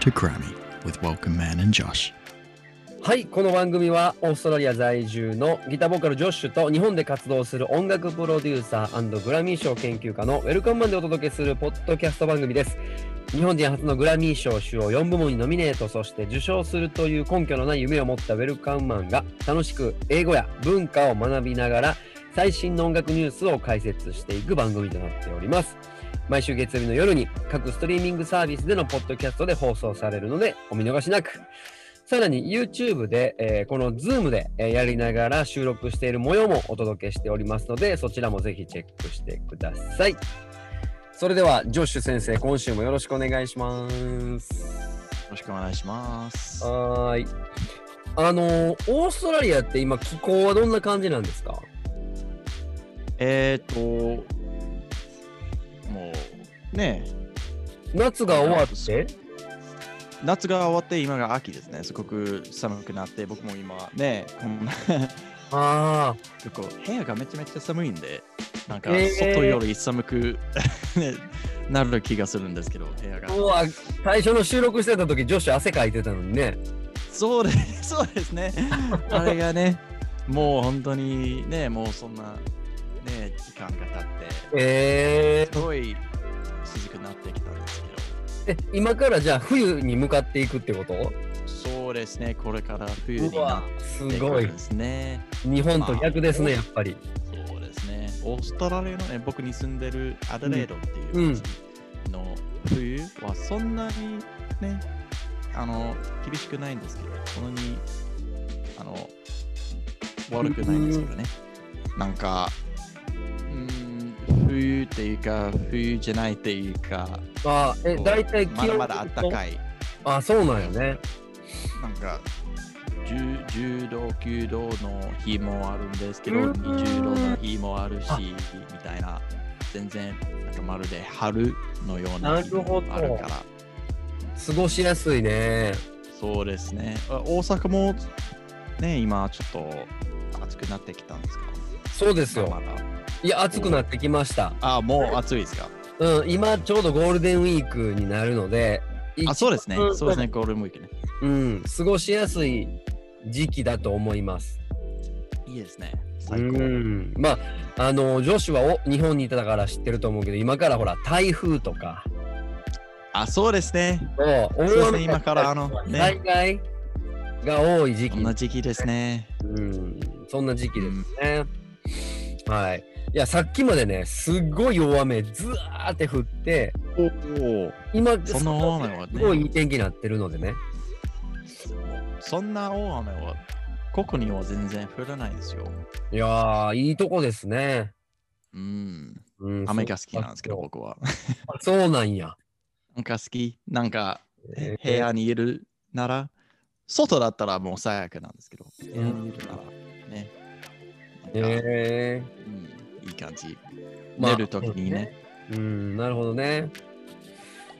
to Grammy with Welcome Man and Josh. はい、この番組はオーストラリア在住のギターボーカルジョッシュと日本で活動する音楽プロデューサーグラミー賞研究家のウェルカムマンでお届けするポッドキャスト番組です。日本人初のグラミー賞主要4部門にノミネート、そして受賞するという根拠のない夢を持ったウェルカムマンが楽しく英語や文化を学びながら最新の音楽ニュースを解説していく番組となっております。毎週月曜日の夜に各ストリーミングサービスでのポッドキャストで放送されるのでお見逃しなく。さらに YouTube で、えーこの Zoom で、えーやりながら収録している模様もお届けしておりますので、そちらもぜひチェックしてください。それでは、ジョッシュ先生、今週もよろしくお願いします。はーい。あのーオーストラリアって今気候はどんな感じなんですかえー、と、もう、ね夏が終わって、え、夏が終わって今が秋ですね。すごく寒くなって、僕も今ね、こんな ああ、結構部屋がめちゃめちゃ寒いんで、なんかえー外より寒く ね、なる気がするんですけど、部屋が今。日は最初の収録してた時、ジョッシュ汗かいてたのにね。そうでそうですね。あれがね、もう本当にね、もうそんな、ね、時間が経っえて、すごい涼しくなってきたんですけど。ー、え、今からじゃあ冬に向かっていくってことそうですね、これから冬にうなっわすてくごるんいですね。日本と逆ですねやっぱりそうですね。オーストラリアのね、僕に住んでるアドレードっていううん街の冬はそんなにね、あの、厳しくないんですけど、そんなに、あの、悪くないんですけどね。なんか、うん、冬っていうか、冬じゃないっていうか、あーえこう大体気まだ温まだ暖かいい。あそうなんよねなんか 10, 10度、9度の日もあるんですけど、うん20度の日もあるしあ、みたいな、全然なんかまるで春のような日なるほもどあるから、過ごしやすいねそうですね。あ大阪もね、今ちょっと暑くなってきたんですかそうですよまだ。いや暑くなってきましたあ、もう暑いですかうん今ちょうどゴールデンウィークになるのであ、そうですね一。番そうですね、ゴールデンウィークね。うん過ごしやすい時期だと思いますいいですね。う最高。んまああの女子はお日本にいたから知ってると思うけど今からほら台風とかあ、そうですね。大うですね今からあのね災害が多い時こ期んな時期ですね。うんそんな時期ですね。はい。いや、さっきまでね、すごい大雨、ずわーって降って、おお。今、その大雨はすごいねい。い天気になってるのでね。そんな大雨は、ここには全然降らないですよ。いやー、いいとこですね。うん。うん、雨が好きなんですけど、そう僕は。 あそうなんや。なんか好き。なんか、え部屋にいるなら、外だったらもう最悪なんですけど、部屋にいるなら、ね。なんか、えうんいい感じ。ーまあ寝るときにね。うん、なるほどね。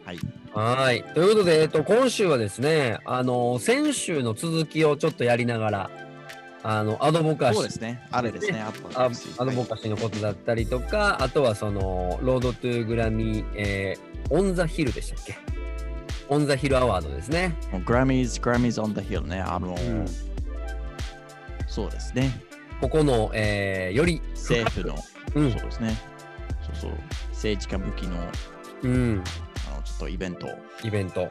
はい。はーい。ということで、えっと、今週はですね、あの、先週の続きをちょっとやりながら、あの、アドボカシそうーですね。あれですね。あったあらしいアドボカシーのことだったりとか、あとはその、ロードトゥグラミー、えー、オンザヒルでしたっけオンザヒルアワードですね。はいもう Grammys、Grammys on the Hill ね。あの、んそうですね。ここの、えー、より、政府の、うそう。ですね。そうそう。政治家向きのうん、あのちょっとイベントをイベント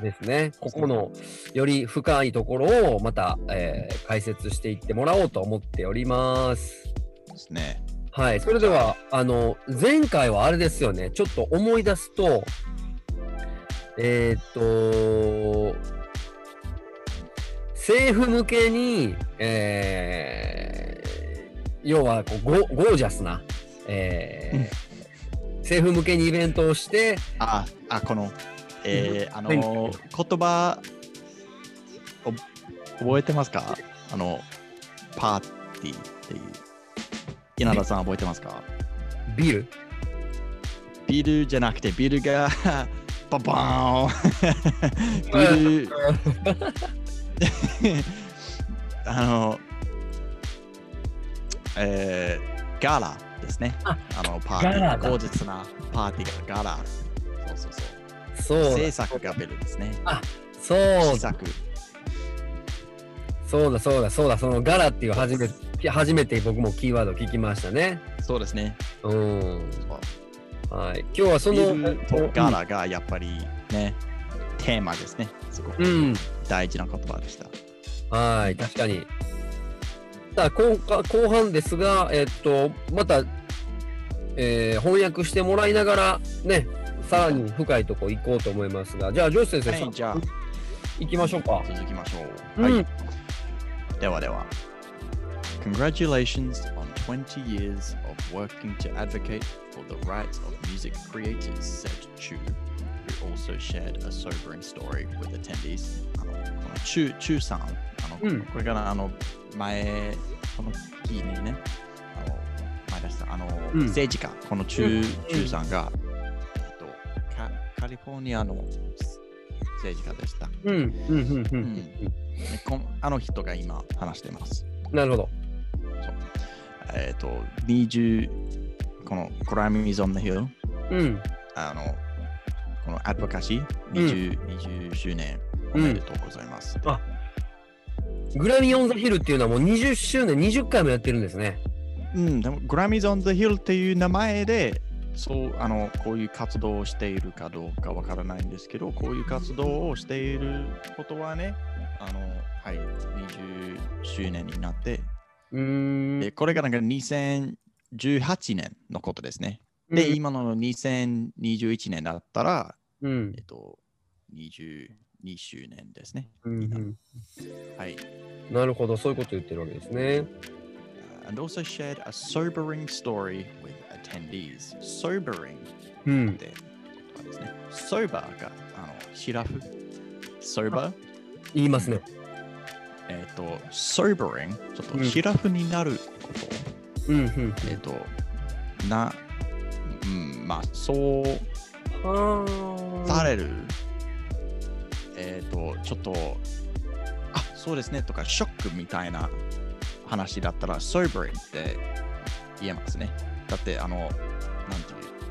ですね。ここの、より深いところをまた、えー、解説していってもらおうと思っております。ですね。はい。それでは、あの、前回はあれですよね。ちょっと思い出すと、えーっと、政府向けに、えー要はこうゴゴージャスな、えー政府向けにイベントをして、あ、あこの、えー、あの前言葉お覚えてますかあのパーティーっていう。稲田さん覚えてますかビールビルじゃなくてビルが ババーン ビルあのえー、ガラですね。あのパーティガラー。だ口実なパーティーがガラ。そうそうそう。そう制だ、作がベルですね。そう試だ、作。そうだ、そうだ、そうだ、そのガラっていう初めて、初めて僕もキーワード聞きましたね。そうですね。うん。そうはい。今日はそビの、ルとガラがやっぱりね、テーマですね。すごうくん。大事な言葉でした。はい、確かに。さあ、後か後半ですが、えっと、また、えー翻訳してもらいながら、ね、さらに深いとこ行こうと思いますが、じゃあ、ジョーシ先生、はい、じゃあ、行きましょうか。続きましょう。うんはい。ではでは。Congratulations on 20 years of working to advocate for the rights of music creators, said Chu, who also shared a sobering story with attendees. あのこの Chu, Chu さん、あの、うんこれからあの前、この日にね、あの前出したあの、うん政治家、この Chu,、うん Chu さんが、えっと、カカリフォルニアの政治家でした。うん、うん、うん、う。うんんねこんあの人が今話してます。なるほど。えっ、と、20、この Grammys on the Hill、うん、あの、このアドボカシー、20, 20周年おめでとうございます。グラミー・オン・ザ・ヒルっていうのはもう20周年、20回もやってるんですね。うん、でも Grammys on the Hill っていう名前で、そう、あの、こういう活動をしているかどうかわからないんですけど、こういう活動をしていることはね、あの、はい、20周年になって、うーん。でこれがなんか2018年のことですね。で、うん、今の2021年だったら、うんえっと、22周年ですね。うんうんはい。なるほど、そういうこと言ってるわけですね。 Uh, And also shared a sobering story with attendees. Sobering っうん。て言葉ですね。Sober が、あの、シラフ。Sober? 言いますね。えっと、sobering。ちょっと、シラフになること。うん、うん。えっと、な、うん、まあ、そう。はさあ。れる、えっ、と、ちょっと、あそうですねとか、ショックみたいな話だったら、ソーバリって言えますね。だって、あの、なんていう、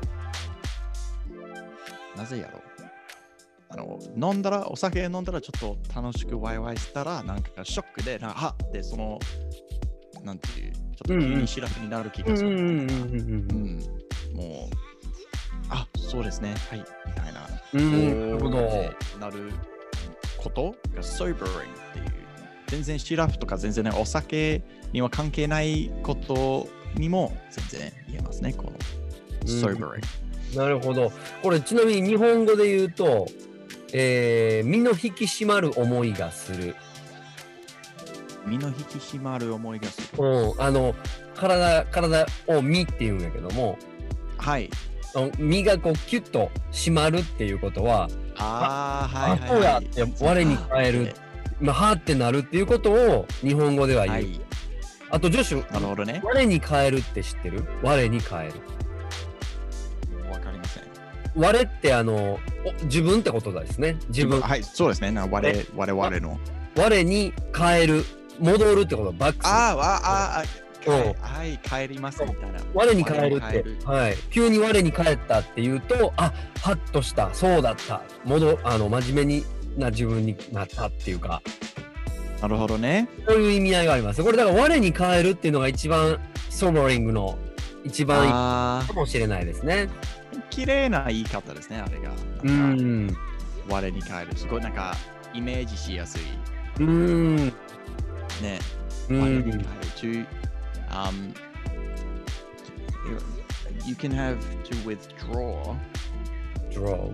なぜやろう。あの、飲んだら、お酒飲んだら、ちょっと楽しくワイワイしたら、なんかショックで、なんかはって、その、なんていう、ちょっと急にシラフになる気うがん、すうる。ん、うん、うう。ん、んもう、あそうですね、はい、みたいな。うん、なるほど。なることが sobering っていう。全然シラフとか全然ね、お酒には関係ないことにも全然言えますね、このうん sobering。なるほど。これちなみに日本語で言うと、えー身の引き締まる思いがする。身の引き締まる思いがする。うん、あの体体を身っていうんやけども、はい。あの身がこうキュッと締まるっていうことは、ああ、あはいはい、はい。そうやって我に返るまあ、はーってなるっていうことを日本語では言う。はい。あと女子、なるほどね。我に返るって知ってる？我に返る。わかりません。我ってあのお自分ってことですね。自分。はい、そうですね。な我我々の。我に返る。戻るってこと。バックする。あーあー、あそうーあー、はい、帰りますみたいな。我に返るっ我にて返る、はい、急に我に返ったって言うとあハッとしたそうだった戻あの真面目にな自分になったっていうかなるほどね。こういう意味合いがありますこれだから我に返るっていうのが一番ソボリングの一番いいあかもしれないですねあ、綺麗な言い方ですね、あれが。うなんかん我に返る。すごいなんか、イメージしやすい。うんね。う我に返るん to, um, you can have to withdraw, draw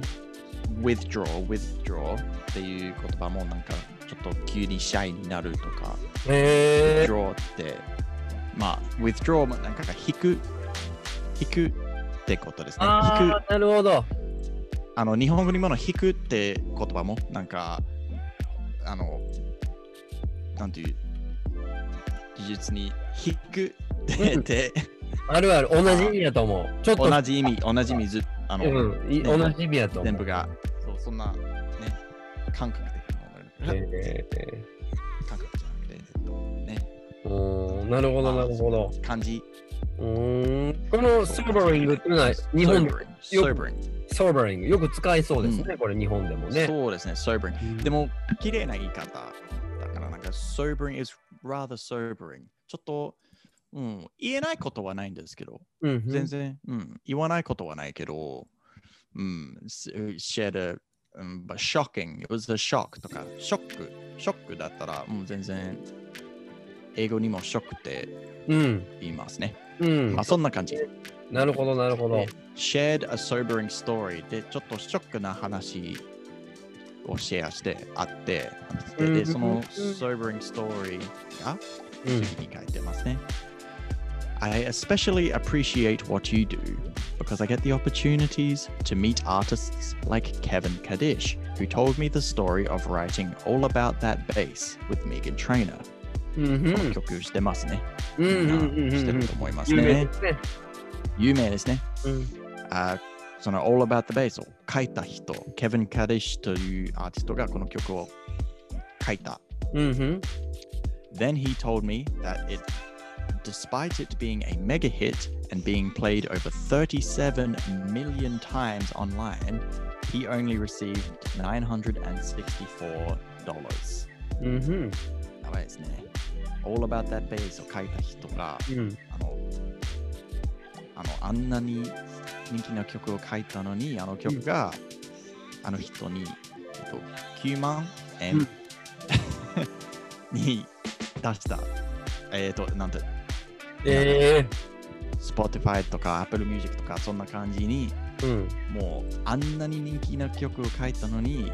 withdraw, withdraw っていう言葉もなんか、ちょっと急にシャイになるとか、へえ withdraw って、まあ、withdraw もなんかが引く、引くってことですね。引くあ。ーなるほどあの日本語にもの引くって言葉もなんかあのなんていう技術に引くってうんってあるある同じ意味やと思うちょっと同じ意味同じ水あの、うんい同じ意味やと思全う部がそうそんなね感覚的なものへえ感覚じゃなくて、えっとね、うんなるほどなるほど漢字うーんこのソーバリングっていうのは日本で sobering sobering ソーバリング。よく使いそうですね、これ日本でもね。そうですね、sobering。うんでも、綺麗な言い方だから、なんか、sobering is rather sobering。ちょっと、うん、言えないことはないんですけど、うんうん全然、うん、言わないことはないけど、うん、s- shared a、うん、but shocking, it was a shock とか、ショック、ショックだったら、うん、全然、英語にもショックってうん。言いますね。うんまあ、。そんな感じ。なるほど、なるほどで。shared a sobering story でちょっとショックな話をシェアしてあって、でうんでそうんうんの sobering story がうん次に書いてますね。I especially appreciate what you do because I get the opportunities to meet artists like Kevin Kadish, who told me the story of writing All About That Bass with Megan Trainor. うんうん。この曲してますね。うんうんうんみんなうしてんうるんと。思います有名ねで。すね。有名ですね。うんあその All About the Bass を書いた人、ケビン・カディッシュというアーティストがこの曲を書いた。うんうん。 Then he told me that it, despite it being a mega hit and being played over 37 million times online, he only received $964. うんうん。やばいですね。All About That Bass を書いた人が、うんあの、あの、あんなに人気な曲を書いたのに、あの曲が、あの人に、えっと、9万円、うん に出した。えっ、と、なんて、え Spotify とか Apple Music とか、そんな感じに、えうん。もう、あんなに人気な曲を書いたのに、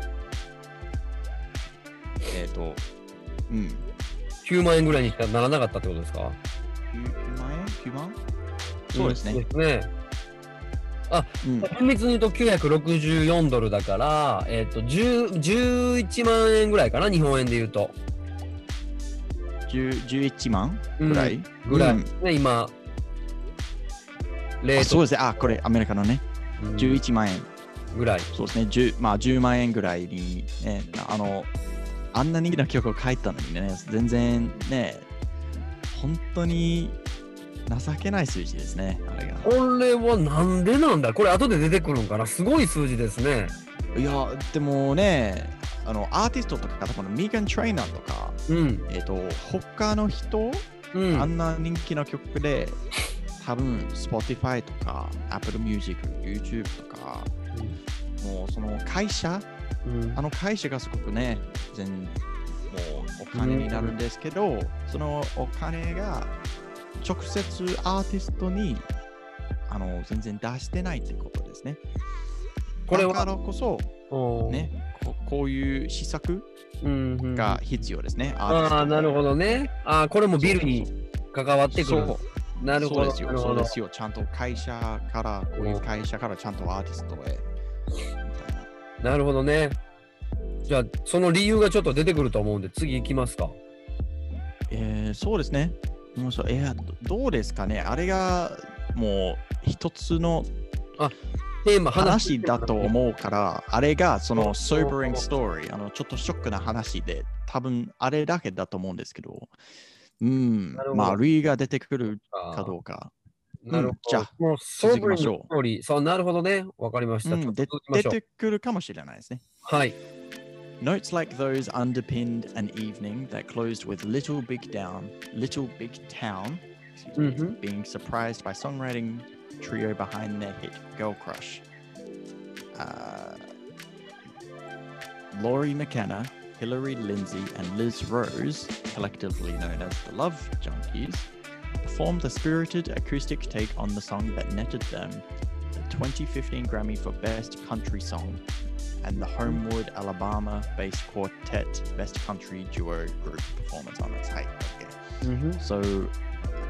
えっ、と、うん、 9万円ぐらいにしかならなかったってことですか 9, 9万円 ?9 万そうですね。んそうですね。うん厳密に言うと964ドルだから、えっ、と、10 11万円ぐらいかな、日本円で言うと。 10 11万ぐらい、ぐらい。うんね、今。レあーそうトですね。あ、これアメリカのね。うん11万円。ぐらい。そうですね。10, まあ、10万円ぐらいに、ね、あの、あんな人気な曲を書いたのにね、全然ね、本当に情けない数字ですね、あれが。これはなんでなんだこれ後で出てくるんかなすごい数字ですね。いや、でもね、あの、アーティストとか、このミーガン・トレイナーとか、うん。えっ、と、他の人、うん。あんな人気な曲で、多分 Spotify とか Apple Music、YouTube とか、もうその会社、うんあの会社がすごくね、全もうお金になるんですけど、そのお金が直接アーティストにあの全然出してないということですね。これはだからこそ、ね、ここういう施策うんうん、が必要ですね。アーティストああ、なるほどね。ああ、これもビルそに関わってくる。そうなるほど。そうですなよ。るそほうどですよ。ちゃんと会社から、こういう会社からちゃんとアーティストへ。みたいななるほどね。じゃあ、その理由がちょっと出てくると思うんで、次行きますか。えーそうですね。もうそうえーどどうですかねあれがもう一つのテーマ、話だとう。思うから、あれがそのそう sobering story、あのちょっとショックな話で、多分あれだけだと思うんですけど、うんなるほ、どまあ、類が出てくるかあどうか。ーなるほど。うんじゃあ、もう、ソーブリン続きまグしょうストーリー。そう、なるほどね。わかりました。うんちょっとで続きま出しょう。てくるかもしれないですね。はい。 Notes like those underpinned an evening that closed with Little Big Down, Little Big Town, excuse me, Mhm. being surprised by songwriting trio behind their hit Girl Crush. Uh, Laurie McKenna, Hilary Lindsay, and Liz Rose, collectively known as the Love Junkies, performed a spirited acoustic take on the song that netted them the 2015 Grammy for Best Country Song and the Homewood, Alabama based quartet Best Country Duo Group performance on its height. Okay. So,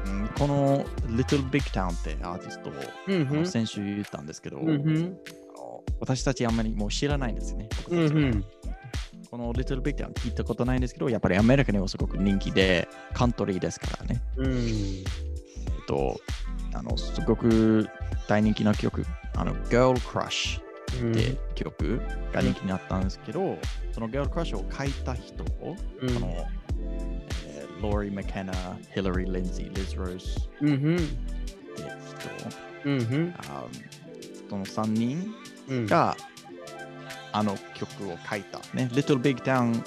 うんこの Little Big Town ってアーティストを、うんあうのん。先週言ったんですけど、うんうん。あの私たちあんまりもう知らないんですよね。僕うんたちうはん。この Little Big Town 聞いたことないんですけど、やっぱりアメリカにもすごく人気で、カントリーですからね。うん。えっと、あのすごく大人気な曲、あの Girl Crush うんって曲が人気になったんですけど、その Girl Crush を書いた人を、うそんの、えー、ローリー・マケナ、ヒラリー・リンズィ、リズ・ローズうんうん。って人、うんうん。あーその3人うん。があの曲を書いた、ね、Little Big Town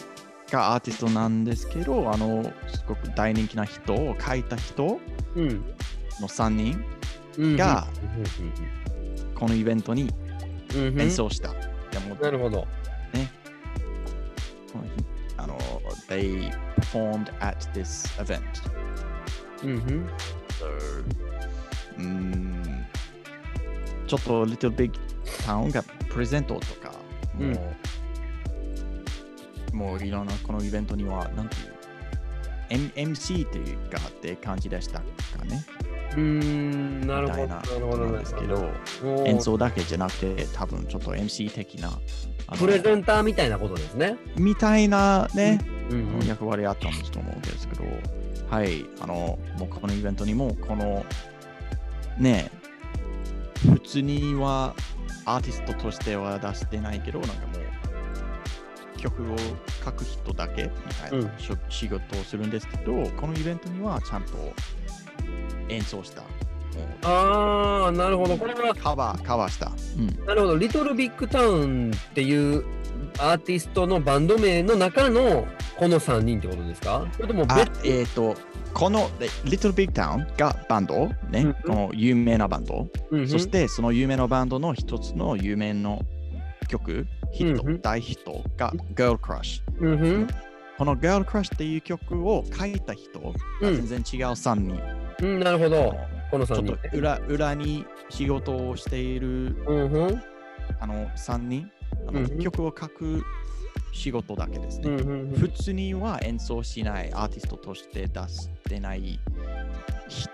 がアーティストなんですけど、あのすごく大人気な人を書いた人うんの3人、うんが、このイベントにうんうん演奏した。でもなるほど。この日あの、They performed at this event. うんうん。 So, うーんちょっと Little Big Town がプレゼントとか、もう、もういろんなこのイベントには、なんていう、M、MC というかって感じでしたかね。うーん、なるほど。みたいななるこほとど。なんですけど、おー演奏だけじゃなくて、多分ちょっと MC 的な、あのプレゼンターみたいなことですね。みたいなね、うんうん役割あったんですと思うんですけど、はい、あの、もうこのイベントにも、この、ねえ、普通にはアーティストとしては出してないけど、なんかもう、曲を書く人だけみたいなうしょ仕事をするんですけど、このイベントにはちゃんと演奏した。もうああ、なるほど。これは、カバー、カバーした。うん。なるほど。リトルビッグタウンっていうアーティストのバンド名の中のこの3人ってことですかそれともあ別、えっ、と、こので Little Big Town がバンド、ね、うんこの有名なバンド。うんうんそしてその有名なバンドの一つの有名の曲、ヒット、うんうん大ヒットが Girl Crush。うんうんこの Girl Crush っていう曲を書いた人が全然違う3人。うん、なるほど。このちょ3っ人と。裏裏に仕事をしているうんうんあの3人あの、うんうん曲を書く仕事だけですうんね。うんうん普通には演奏しないアーティストとして出してない人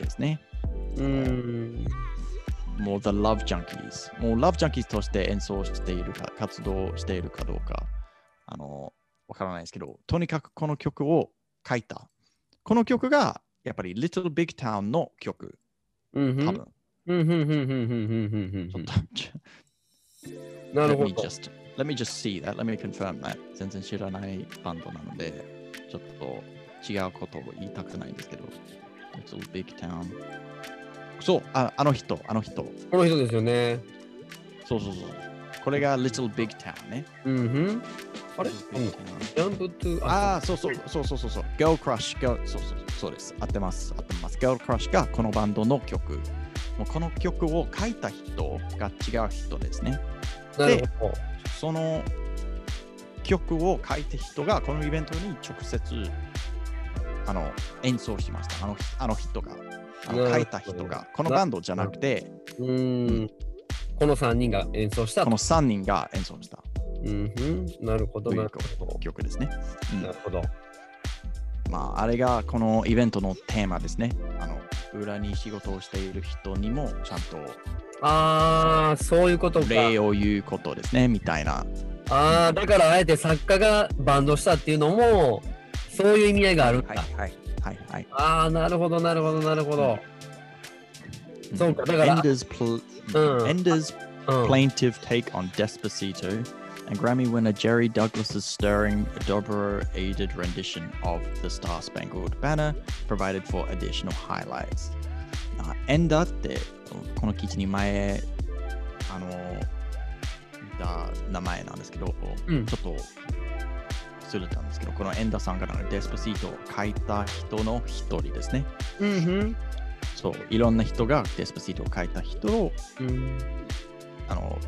ですね。うんもう The Love Junkies。もう Love Junkies として演奏しているか、活動しているかどうか、あの、わからないですけど、とにかくこの曲を書いた。この曲が、やっぱり Little Big Town の曲、うんうん多分。うんうんうんうんうんうん うんうんちょっとなる let ほ me ど。 just, let me just see that, let me confirm that. 全然知らないバンドなので、ちょっと違うことを言いたくないんですけど、Little Big Town。そう、ああの人、あの人。この人ですよね。そうそうそう。これが Little Big Town ね。うんうん。あれ Little うん Big Town ジャンプトゥああ、そうそうそうそうそうそう。Girl Crush、Girl そうそうそうです。合ってます。合ってます。Girl Crush がこのバンドの曲。もうこの曲を書いた人が違う人ですね。なるほど。その曲を書いた人がこのイベントに直接あの演奏しました。あのあの人が。あの書いた人が。このバンドじゃなくて、うーん。この3人が演奏したこ。の3人が演奏したうんうん。なるほど。といなうるほど。曲ですね。うんなるほど。まあ、あれがこのイベントのテーマですね。あの裏に仕事をしている人にもちゃんとああ、そういうことか。礼を言うことですね、みたいな。ああ、だからあえて作家がバンドしたっていうのも、そういう意味合いがあるんだ。はいはいはい。ああ、なるほど、なるほど、なるほど。そうかだから Ender's, pl- うん Ender's うん。 plaintive take on Despacito and Grammy winner Jerry Douglas's stirring Dobro aided rendition of the Star Spangled Banner provided for additional highlights. あ Ender ってこの記事に前あの見た名前なんですけど、うんちょっと忘れたんですけど、このエンダさんからのデスパシートを書いた人の一人ですね。うんそう、いろんな人がデスパシートを書いた人をうん。あの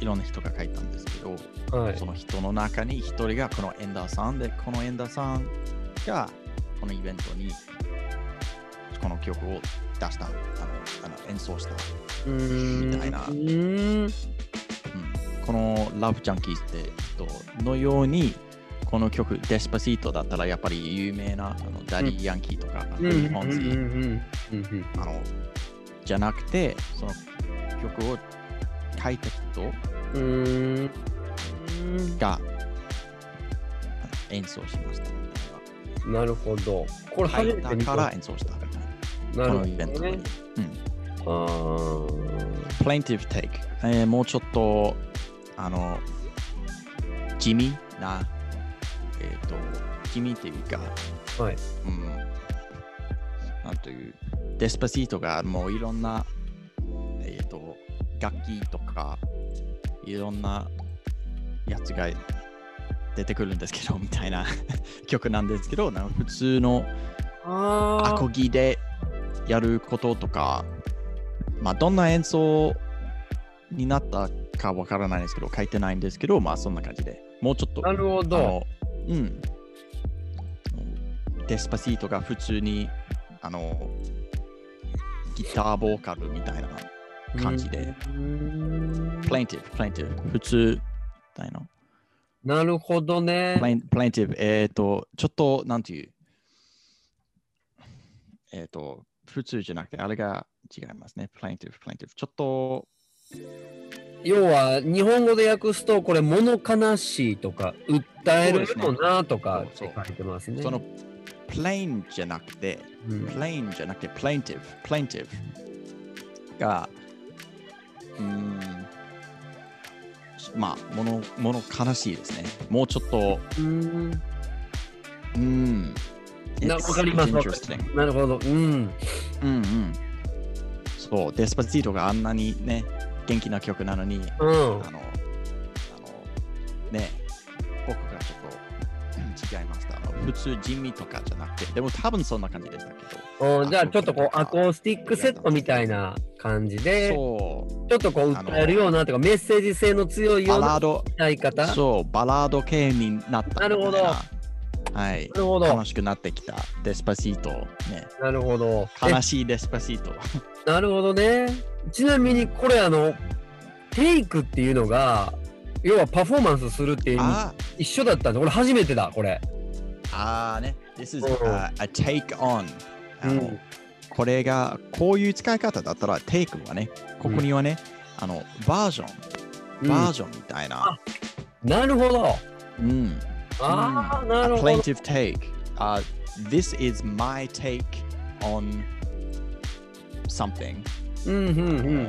いろんな人が書いたんですけど、うん。はいそ。の人の中に一人がこのエンダーさんで、このエンダーさんがこのイベントにこの曲を出した、あのあの演奏した、うーんみたいなうーん。うんこの Love Junkies って人のように、この曲、デスパシートだったらやっぱり有名なあのダディ・ヤンキーとか、うんルイ・ポうんンうズんうんうんうんあのじゃなくて、その曲を書いた人うーんうーんが演奏しましたみたいな。なるほど。これ初入めってた見かた。ら演奏した。なこるのほどイベントに。うねん。あー Plaintive Take。えーもうちょっと、あの、地味な、えっ、と、地味っていうか、はい。うん。なんという、デスパシートがもういろんな、えっ、と、楽器とか、いろんなやつが出てくるんですけど、みたいな 曲なんですけど、なんか普通のアあコギでやることとか、まあ、どんな演奏になったかわからないですけど、書いてないんですけど、まあそんな感じで、もうちょっとあ、なるほあど。のうん。デスパシートが普通に、あの、ギターボーカルみたいな、感じでうん。プレインティブ、プレインティブ、普通、みたいな。なるほどねプ。レインプレインティブ、えっ、と、ちょっと、なんていう、えっ、と、普通じゃなくて、あれが違いますね。プレインティブ、プレインティブ。ちょっと、要は、日本語で訳すと、これ、物悲しいとか、訴えるよなとかってそうですね書いてますね。その、プレインじゃなくて、うんプレインじゃなくて、プレインティブ、プレインティブが、うーん、まあ、もの、もの悲しいですね。もうちょっと、うんうーん。な It's- わかります it's わかります interesting. なるほど。うん。うんうん。そう、デスパチートがあんなにね、元気な曲なのに、うんあ。の、あの、ね、僕がちょっとうん違いました。あの普通、地味とかじゃなくて、でも多分そんな感じでしたけおじゃあちょっとこうあアコースティックセットみたいな感じでど。そ、ちょっとこう訴えるようなとかメッセージ性の強いうよバうなラード、歌い方なそう、バラード系になったみたいなるほどはい。るほど悲しくなってきたデスパシート、ね、なるほど悲しいデスパシート。えなるほどねちなみにこれあのテイクっていうのが要はパフォーマンスするっていう意味あ一緒だったんで俺初めてだこれーあーね、This is うん a, a take on. あの、うんこれがこういう使い方だったらテイクはね、ここにはね、あのバージョン、バージョンみたいな。なるほどうん。あああなる a ほど plaintive take. あ this is my take on something. うんうんうん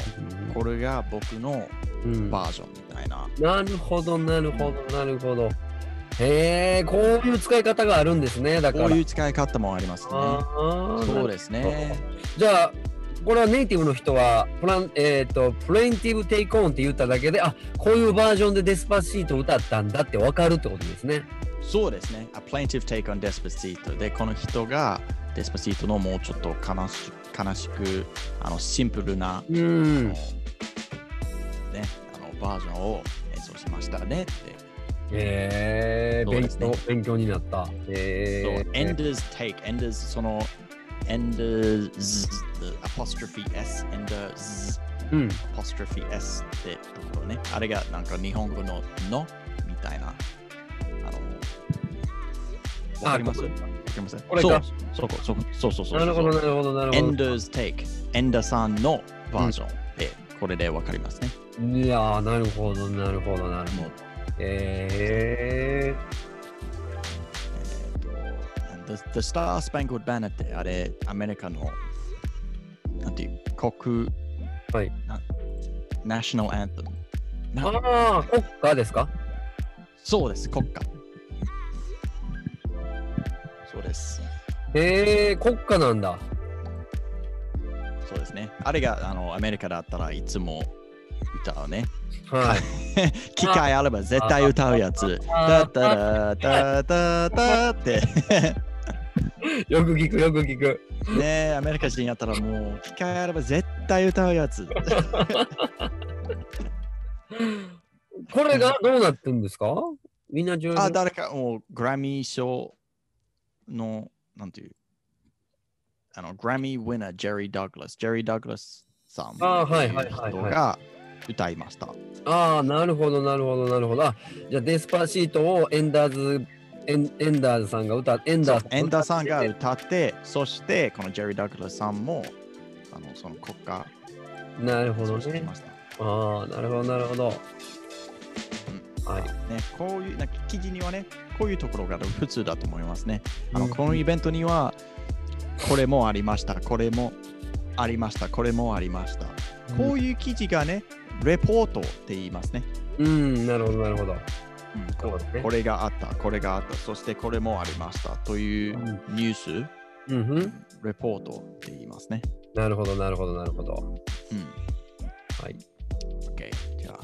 これが僕のうんバージョンみたいな。なるほどなるほどなるほどへえこういう使い方があるんですねだかこらういう使い方もありますね。ああそうですね。じゃあこれはネイティブの人はプラン、えー、とプレインティブ・テイク・オンって言っただけであこういうバージョンでデスパシート歌ったんだって分かるってことですね。そうですね。A plaintive take on Despacito で、この人が Despacito のもうちょっと悲し悲しく、あのシンプルなあうのんね、あのバージョンを演奏しましたねって。えそーう勉ですね強勉強になった。そうえー、 Enders take, Enders その Enders apostrophe s, Enders うん、 apostrophe s ってところね。あれがなんか日本語ののみたいな。あの、わかりますあわかりますこれかそうそうそうそうそうそうそう。なるほどなるほどなるほ Enders take, Ender さんのバージョンで、これでわかりますね。ど。いやーなるほどなるほどなるほど。ええーと、The, The Star Spangled Banner ってあれ、アメリカの、なんていう、国、はいな、ナショナルアンテー、ム。なああ国歌ですかそうです、国歌。そうです。えー、国歌なんだ。そうですね。あれがあのアメリカだったらいつも歌うね。はい。機会あれば絶対歌うやつ。だったら、だだだって。 よく聞くよく聞く。ねえ、アメリカ人やったらもう、機会あれば絶対歌うやつ。これがどうなってんですかみんな重要あ、誰かもうグラミー賞の、なんていう、あの、グラミーウィナー、ジェリー・ダグラス、ジェリー・ダグラスさんあってはいいうはいはい人はいが歌いました。ああ、なるほど、なるほど、なるほど。あ、じゃあ、デスパシートをエンダーズ、エンエンダーズさんが歌っエンそダうーエンダーさんが歌って歌って、そして、このジェリー・ダグラスさんも、あの、その国歌なるほどをしてね。ました。ああ、なるほど、なるほど。はい。ね、こういうなんか記事にはね、こういうところが普通だと思いますね。あのうんこのイベントには、これもありました、これもありました、これもありました。こういう記事がね、レポートって言いますね。うん、なるほど、なるほど。うんそうだねこ。れがあった、これがあった、そしてこれもありましたといううんニュース、うんふん、レポートって言いますね。なるほど、なるほど、なるほど。うん。はい。 OK。じゃ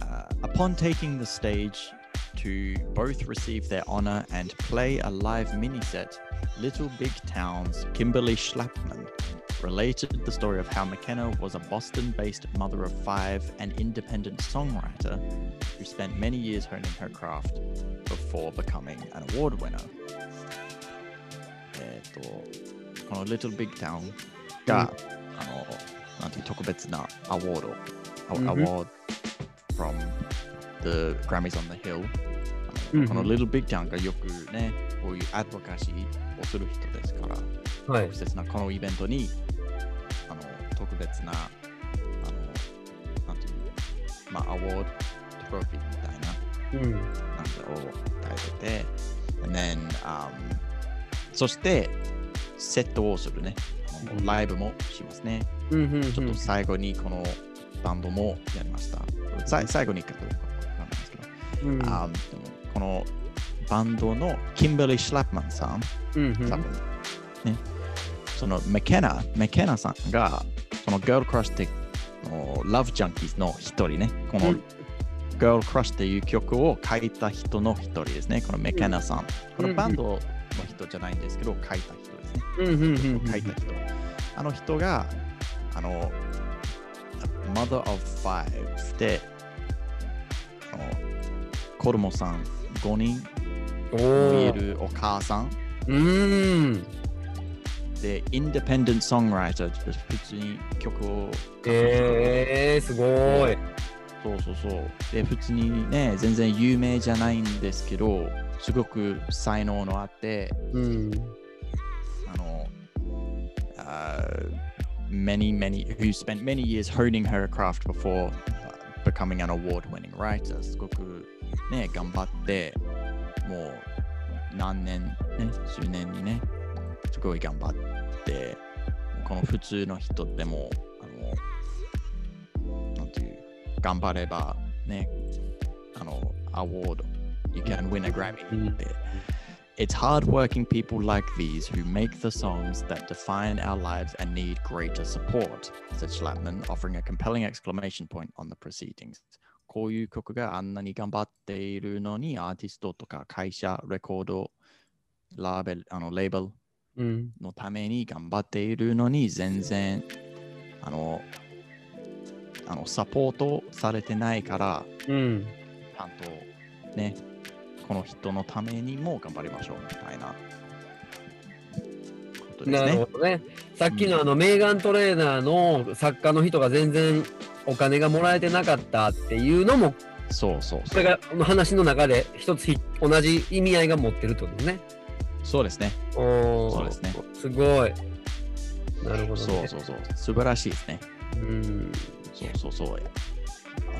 あ、Uh, Upon taking the stage to both receive their honor and play a live mini set, Little Big Town's Kimberly Schlappman related the story of how McKenna was a Boston based mother of five and independent songwriter who spent many years honing her craft before becoming an award winner. えっ、と、この Little Big Town が、あの、なんていう特別なアワード、ア,、 Mhm. アワード from the Grammys on the Hill。うんうんこの Little Big Town がよくね、こういうアドボカシーをする人ですから、はい特。別なこのイベントに、あの、特別な、あの、なんていうの、まあ、アワード、トロフィーみたいな。うん。なんかを与えてて、and then, um, そしてセットをするね、あのライブもしますね。うんうんうんちょっと最後にこのバンドもやりました。さい最後にかどうかわかんないですけど、うん。 um, でもこのバンドのキンバリー・シュラップマンさん、うんうん多分、ね、そのメケナ、メケナさんが、その Girl Crush って、Love Junkies の一人ね、こうのん Girl Crush っていう曲を書いた人の一人ですね、このメケナさん。こうんうのんバンドの人じゃないんですけど、書いた人ですね。うんうんうんうん書いた人。あの人が、あの、Mother of Five で、あの子供さん5人お見えーるお母さんうーん。で、インデペンデント・ソングライター、普通に曲を。えー、すごい。そうそうそう。で、普通にね、全然有名じゃないんですけど、すごく才能のあって、うん。あの、あー uh, many, many, who spent many years honing her craft before uh, becoming an award winning writer. すごくね、頑張って、もう何年、ね、10年にね、すごい頑張って、この普通の人でも、あの、なんていう、頑張ればね、あの、アワード、you can win a Grammy って。It's hardworking people like these who make the songs that define our lives and need greater support, said Schlappman, offering a compelling exclamation point on the proceedings. こういう曲があんなに頑張っているのに、アーティストとか会社、レコード、ラーベル、あのレーベルうん。のために頑張っているのに、全然あのあのサポートされてないから、うん。ちゃんとね、この人のためにも頑張りましょうみたいなことですなねるほ。どね。さっきのあの、メーガントレーナーの作家の人が全然お金がもらえてなかったっていうのも、そうそうこそれう。が話の中で一つひ同じ意味合いが持ってるってことね。そうですね。おーそうですね。すごい。なるほどそうね。そうそう。素晴らしいですね。うん。そうそうそう。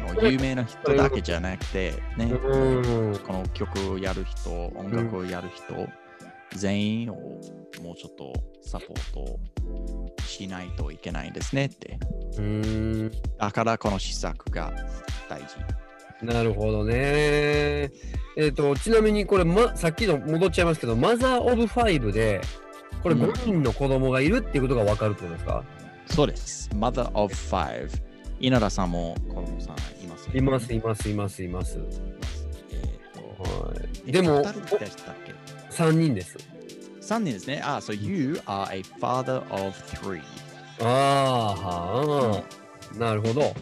あの有名な人だけじゃなくて、ね、うん。この曲をやる人、音楽をやる人、全員をもうちょっとサポートしないといけないんですねって。うん。だからこの施策が大事。なるほどね。えっ、と、ちなみにこれ、ま、さっきの戻っちゃいますけど、マザー・オブ・ファイブで、これうん5人の子供がいるっていうことが分かるってことですか、そうです。Mother of Five。稲田さんも子供さんいます、います、。います、います、います。いますえーとはい。えでも、二人でしたっけ3人です。 ?3 人ですね。あ、so you are a father of three。あーはーなるほど。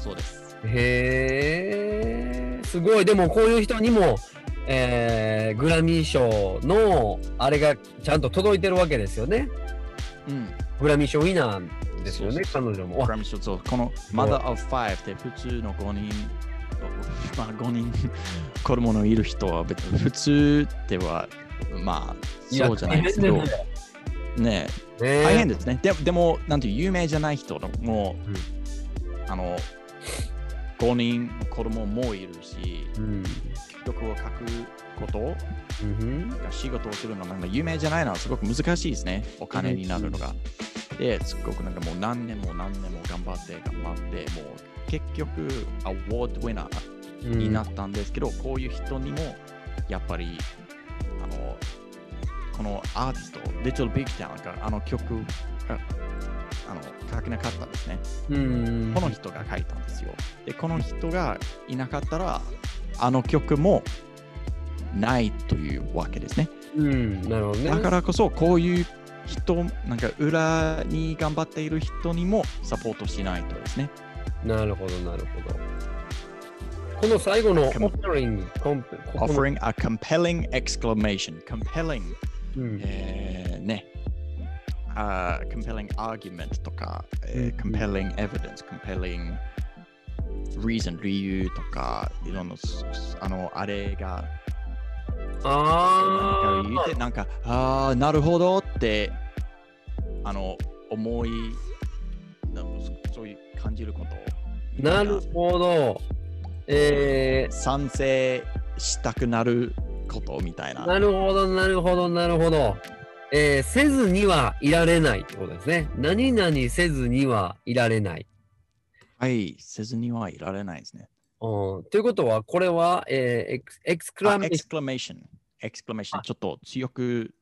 そうです。へえ、すごい。でも、こういう人にも、えー、グラミー賞のあれがちゃんと届いてるわけですよね。うん。グラミー賞ウィナーですよね、そ彼女も。グラミー賞、そう、この Mother of Five って普通の5人、まあ5人子供のいる人は別に普通では、まあ、いやそうじゃないですけど大変、ねね大変ですね。ででも、なんていう有名じゃない人のもう、うんあの、5人子供もいるし、うん。曲を書くことうんが仕事をするのがなんか有名じゃないのはすごく難しいですね。お金になるのが。で、すごくなんかもう何年も何年も頑張って頑張って、もう結局アワードウィナーふんになったんですけど、こういう人にもやっぱりあのこのアーティスト、Little Big Town があの曲があの書けなかったんですね。うんこの人が書いたんですよ。で、この人がいなかったら、あの曲もないというわけですね。うん、なるほどね。だからこそ、こういう人、なんか裏に頑張っている人にもサポートしないとですね。なるほど、なるほど。この最後のオフ Com- ァリング、コンプ、ここの Offering a compelling exclamation. Compelling うんえーね。あー compelling argument とか、えーうん compelling evidence、compelling reason、理由とか、いろんなすすあのあれがあ何か言って、なんか、ああ、なるほどって、あの、思い、なんかそそういう感じることー、なるんかほど。え賛成したくなることみたいー、なな。るほど、なるほど、なるほど。えー、せずにはいられないってことですね。何々せずにはいられない。はい、せずにはいられないですね。うん、ということは、これは、えー、エクスエクスクラあメーシ exclamation、exclamation あ、ちょっと強く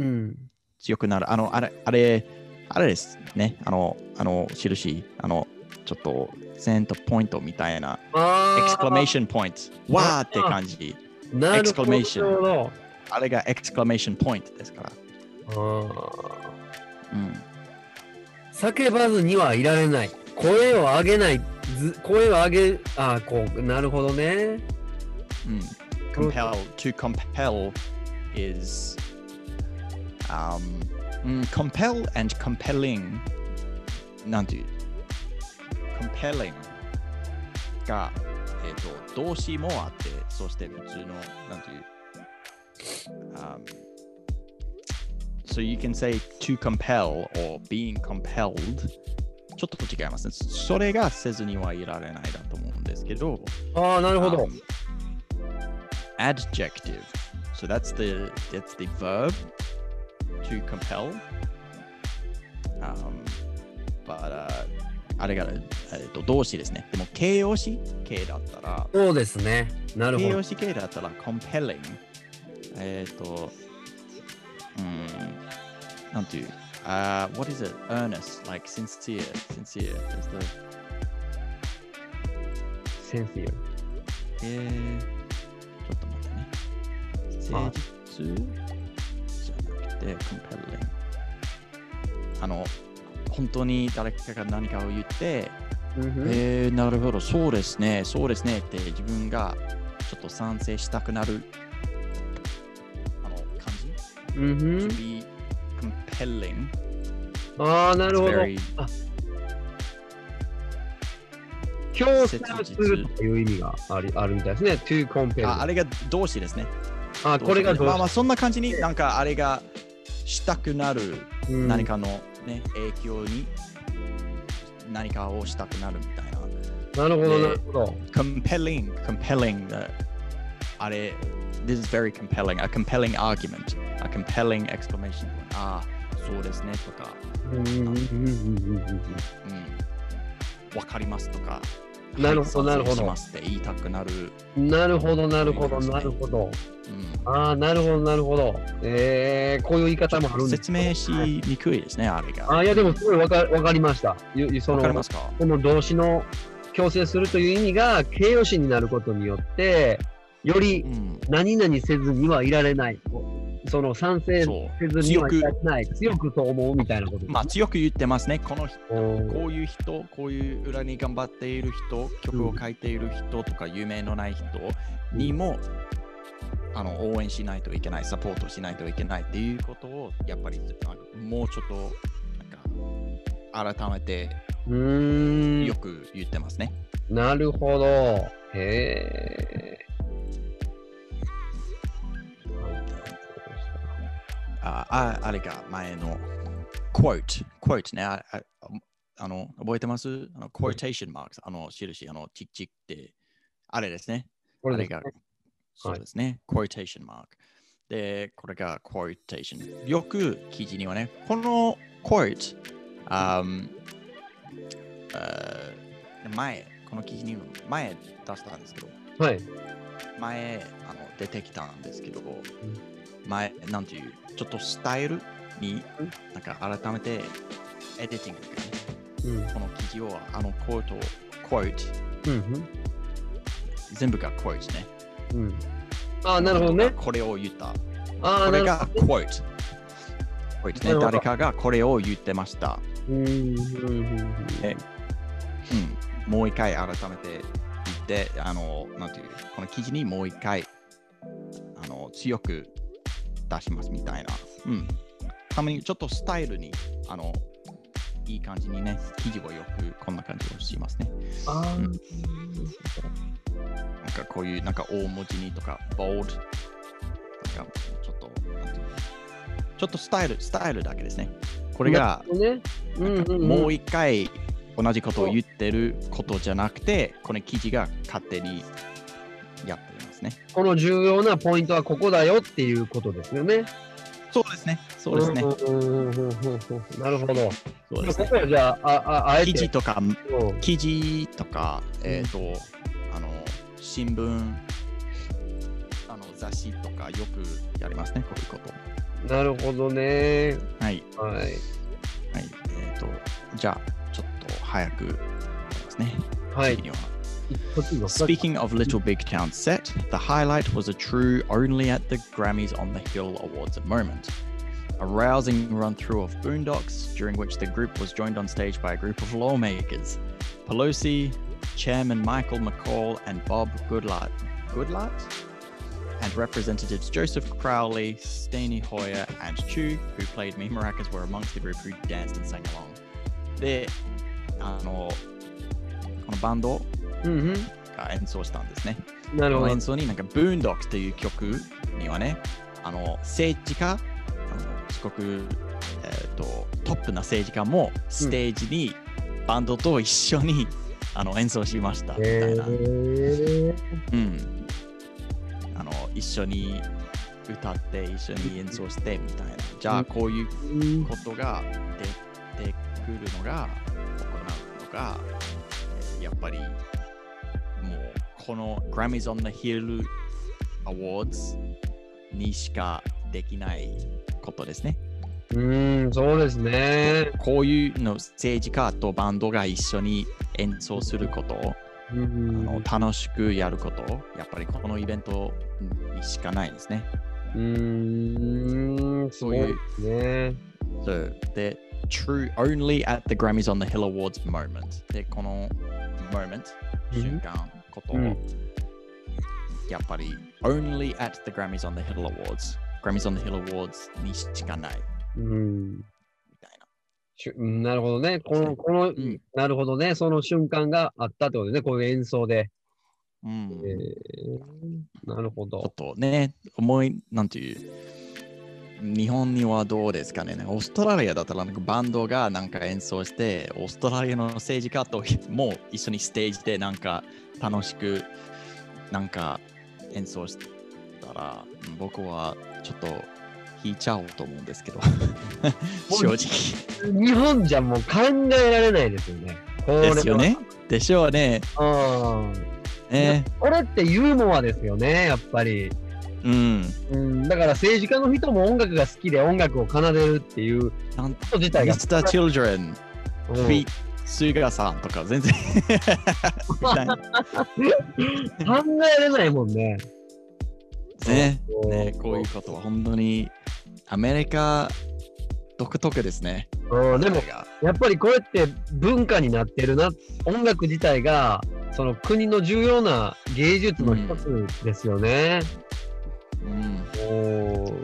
ョン。うん。強くなる。あの、あれ、あれ、あれですね。あの、あの、印、あの、ちょっと、セントポイントみたいな、あー exclamation point。わーって感じ。なるほど。 exclamation あれが exclamation point ですから。あーうん。叫ばずにはいられない。声を上げない。ず声を上げ、あーこう、なるほどね。うん。compel, to compel is, um, うん compel and compelling なんていう compelling が、えー、と動詞もあって、そして普通のなんていう、um, So you can say to compel or being compelled ちょっと違いますね。それがせずにはいられないだと思うんですけど、ああ、なるほど。 Um, adjective. So that's the that's the verb to compel. Um, but uh, あれが、えっと動詞ですね。でも形容詞形だったらそうですね。なる形ほど容。詞形だったら compelling。えっ、と、うん、なんていう、あ what is it? earnest, like sincere, sincere. That's the センスよ。えー、ちょっと待ってね。まあ誠実じゃなくて、コンペルリング。あの、本当に誰かが何かを言って、えー、なるほど、そうですね、そうですねって自分がちょっと賛成したくなるあの感うんじ、うん to be compelling. ああ、なる It's ほど。 very 強制するという意味がありあるみたいですね。to compare. あああれが動詞ですね。あ、これが動詞ですどうまあまあ、そんな感じになんかあれがしたくなる。うん何かの、ね、影響に何かをしたくなるみたいな。なるほど、でなるほど。 Compelling, compelling, the- あれ、this is very compelling, a compelling argument, a compelling exclamation point. ああ、そうですねとか、うんうんうんうんうんうんうん、わかりますとか、なるほどはいなるほど賛成しますって言いたくなる。なるほど、なるほど、なるほど。うんああ、なるほど、なるほど。えー、こういう言い方もあるんです説明しにくいですね、あれが。ああ、いや、でも、すごいわかわかりました。ゆゆそわのかりますかこの動詞の強制するという意味が形容詞になることによって、よりうん、何々せずにはいられない。その賛成そう。せずにはいられない。強くと思うみたいなこと。まあ、強く言ってますね、この人おーこういう人、こういう裏に頑張っている人、曲を書いている人とか、有名のない人にも、あの応援しないといけない、サポートしないといけないっていうことを、やっぱりあのもうちょっとなんか改めてうーよん。く言ってますね。なるほど。へえ。あああれが前の quote、quote ね、あああの覚えてますあの ?quotation marks、あの印、あのチッチッって、あれですね。こあれれでがすね。、そうですね、quotation mark。で、これが quotation。よく記事にはね、この quote、あーあー前、この記事にも前出したんですけど、はい。前あの出てきたんですけど、前、なんていう、ちょっとスタイルにうん、なんか改めて、エディティングとかね、うんこの企業は、あのコート、コート、うん全部がコートね。うんうんああなるほどねこれを言った。ああこなれるがほどね quote。quote なるね、ほど誰かがこれを言ってました。うんうんうんうんえうん、もう一回改めて言って、あの、なんていう、この記事にもう一回、あの、強く出しますみたいな。うん。たまにちょっとスタイルに、あの、いい感じにね、記事をよくこんな感じをしますね。あーなんかこういう、なんか大文字にとか、ボールなんかちょっと、なんていう、ちょっとスタイル、スタイルだけですね。これが、ねうんうんうんもう一回同じことを言ってることじゃなくて、この記事が勝手にやってますね。この重要なポイントはここだよっていうことですよね。そうですね。そうですね。んうんうんうんうんうんなるほど。そうですこねこ。はじゃあ、あ、あ、あえて。記事とか、うん記事とか、えっ、と、あの、新聞、あの雑誌とかよくやりますね、こういうこと。なるほどね。はい。はい。はい。えっ、と、じゃあ、ちょっと早くやりますね。はい次。にはこっちの Speaking of Little Big Town set, the highlight was a true only at the Grammys on the Hill Awards at moment. A rousing run through of boondocks, during which the group was joined on stage by a group of lawmakers Pelosi, Chairman Michael McCall, and Bob Goodlatte, Goodlatte? And representatives Joseph Crowley, Steny Hoyer, and Chu, who played me maracas, were amongst the group who danced and sang along. They're on a bando うんうん。が演奏したんですね。なるこのほど演。奏になんか「ブーンドック」という曲にはね、あの政治家、あのすごく、えー、とトップな政治家もステージにバンドと一緒に、あの演奏しましたみたいな、えうん、あの一緒に歌って一緒に演奏してみたいなじゃうあんこういうー。ことが出てくるのが行うのがえーやっぱりもうこの Grammys on the Hill Awards にしかできないことですね。うん、そうですね。こういうの政治家とバンドが一緒に演奏することをうあのん。楽しくやることやっぱりこのイベントにしかないですね。うん。そういうすごね。 So they're true only at the Grammys on the Hill Awards moment. で、この moment、うん瞬間、ことを、うんやっぱり only at the Grammys on the Hill Awards。Grammys on the Hill Awards にしかないうん。みたいな。しゅうんなるほどね。この、このう、ん。なるほどね。その瞬間があったってことですね。こういう演奏で。うんえーなるほちょどっ。とね、思い、なんていう。日本にはどうですかねオーストラリアだったらなんかバンドがなんか演奏して、オーストラリアの政治家とも一緒にステージでなんか楽しくなんか演奏したら、うん僕はちょっと弾いちゃおうと思うんですけど、 正直日本じゃもう考えられないですよね。これはですよね。でしょうね。うん。ねこれってユーモアですよね、やっぱり。うん。うん、だから政治家の人も音楽が好きで音楽を奏でるっていうこなんと自体が。 Mr.Children、うんフィ、スーガーさんとか全 然みたいな。考えれないもんね。ね。うんね、こういうことは本当にアメリカ独特ですね。うんでこれもがやっぱりこれって文化になってるな。音楽自体がその国の重要な芸術の一つですよね。うん、お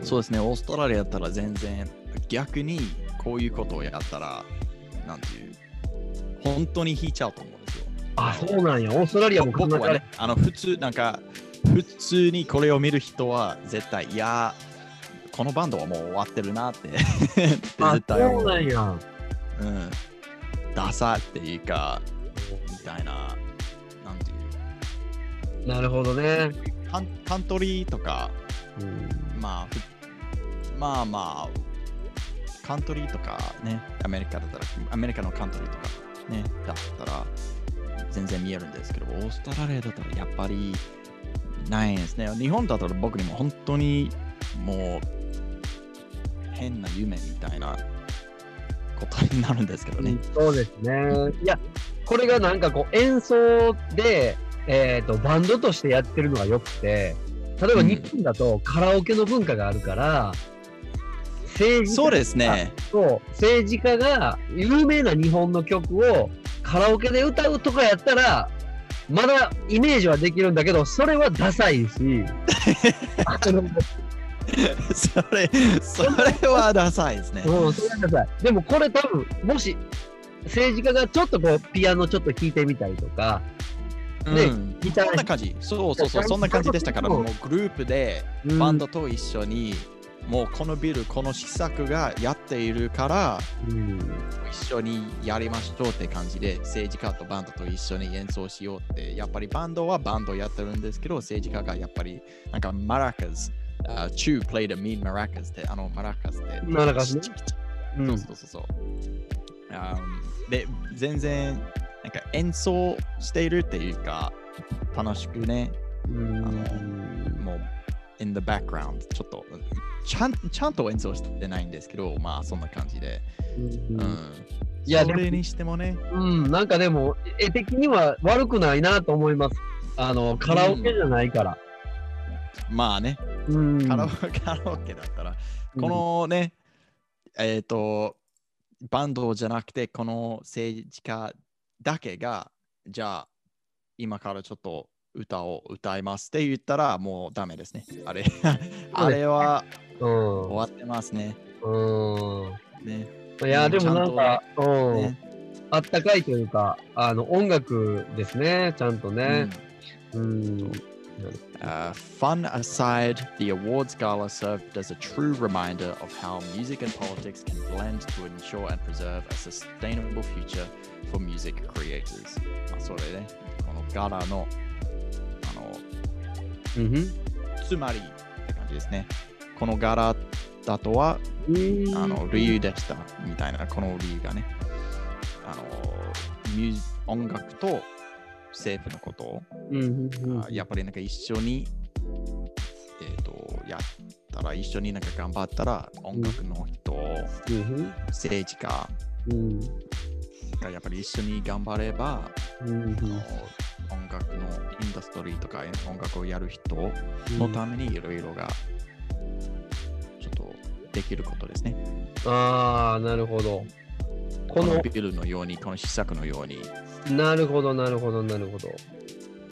ーそうですね、オーストラリアだったら全然逆にこういうことをやったら、なんていう、本当に引いちゃうと思うんですよ。あ、そうなんや。オーストラリアも考え僕らはれね、あの普通、なんか、普通にこれを見る人は絶対、いやー、このバンドはもう終わってるなってってあ 絶、対そ思うう。なんや。うん、ダサっていうか、みたいな、なんていう。なるほどね。カンカントリーとか、うんまあ、ふまあまあ、カントリーとかね、アメリカだったら、アメリカのカントリーとかね、だったら、全然見えるんですけど、オーストラリアだったらやっぱりないんですね。日本だったら僕にも本当にもう変な夢みたいなことになるんですけどね。そうですね。いや、これがなんかこう演奏で、えー、とバンドとしてやってるのがよくて、例えばうん日本だとカラオケの文化があるから、政治そう家ですね。と政治家が有名な日本の曲をカラオケで歌うとかやったら、まだイメージはできるんだけど、それはダサい し、あのそれ、それはダサいですね。うん、それはダサい。でもこれ多分、もし政治家がちょっとこう、ピアノちょっと弾いてみたりとか、ねうんギターそんな感じ。そうそうそう、そんな感じでしたから、もうグループでバンドと一緒に、もうこのビル、この施策がやっているから、うん、一緒にやりましょうって感じで、政治家とバンドと一緒に演奏しようって、やっぱりバンドはバンドやってるんですけど、政治家がやっぱり、なんかマラカス、uh, Chu played a mean maracas って、あのマラカスって。マラカスねうそうんそうそうそう。あーで、全然、なんか演奏しているっていうか、楽しくね、うんあのもう、in the background、ちょっと、ちゃんちゃんと演奏してないんですけど、まあ、そんな感じで。うん。いやそれにしてもね、うん、なんかでも、絵的には悪くないなと思います。あの、カラオケじゃないから。まあね、うん。カラオカラオケだったら、うんこ、のね、えっ、と、バンドじゃなくて、この政治家だけが、じゃあ、今からちょっと歌を歌いますって言ったら、もうダメですね。あれ、あれは終わってますね。うん。うねん。いや、でもなんか、うん、ねあったかいというか、あの、音楽ですね、ちゃんとね。うん。 Uh, fun aside, the awards gala served as a true reminder of how music and politics can blend to ensure and preserve a sustainable future for music creators. まあそれね、このガラの、あの、うん。つまりって感じですね。このガラだとは、うんあの、理由でしたみたいな、この理由がね、あの、ミュージ音楽と政府のことをうん。うんあやっぱりなんか一緒に、えー、とやったら一緒になんか頑張ったら音楽の人、うん。政治家うん。がやっぱり一緒に頑張れば、うん。あの音楽のインダストリーとか音楽をやる人のためにいろいろがちょっとできることですね。ああ、なるほど。ここのの、ビルのように、この施策のように、なるほど、なるほど、なるほど。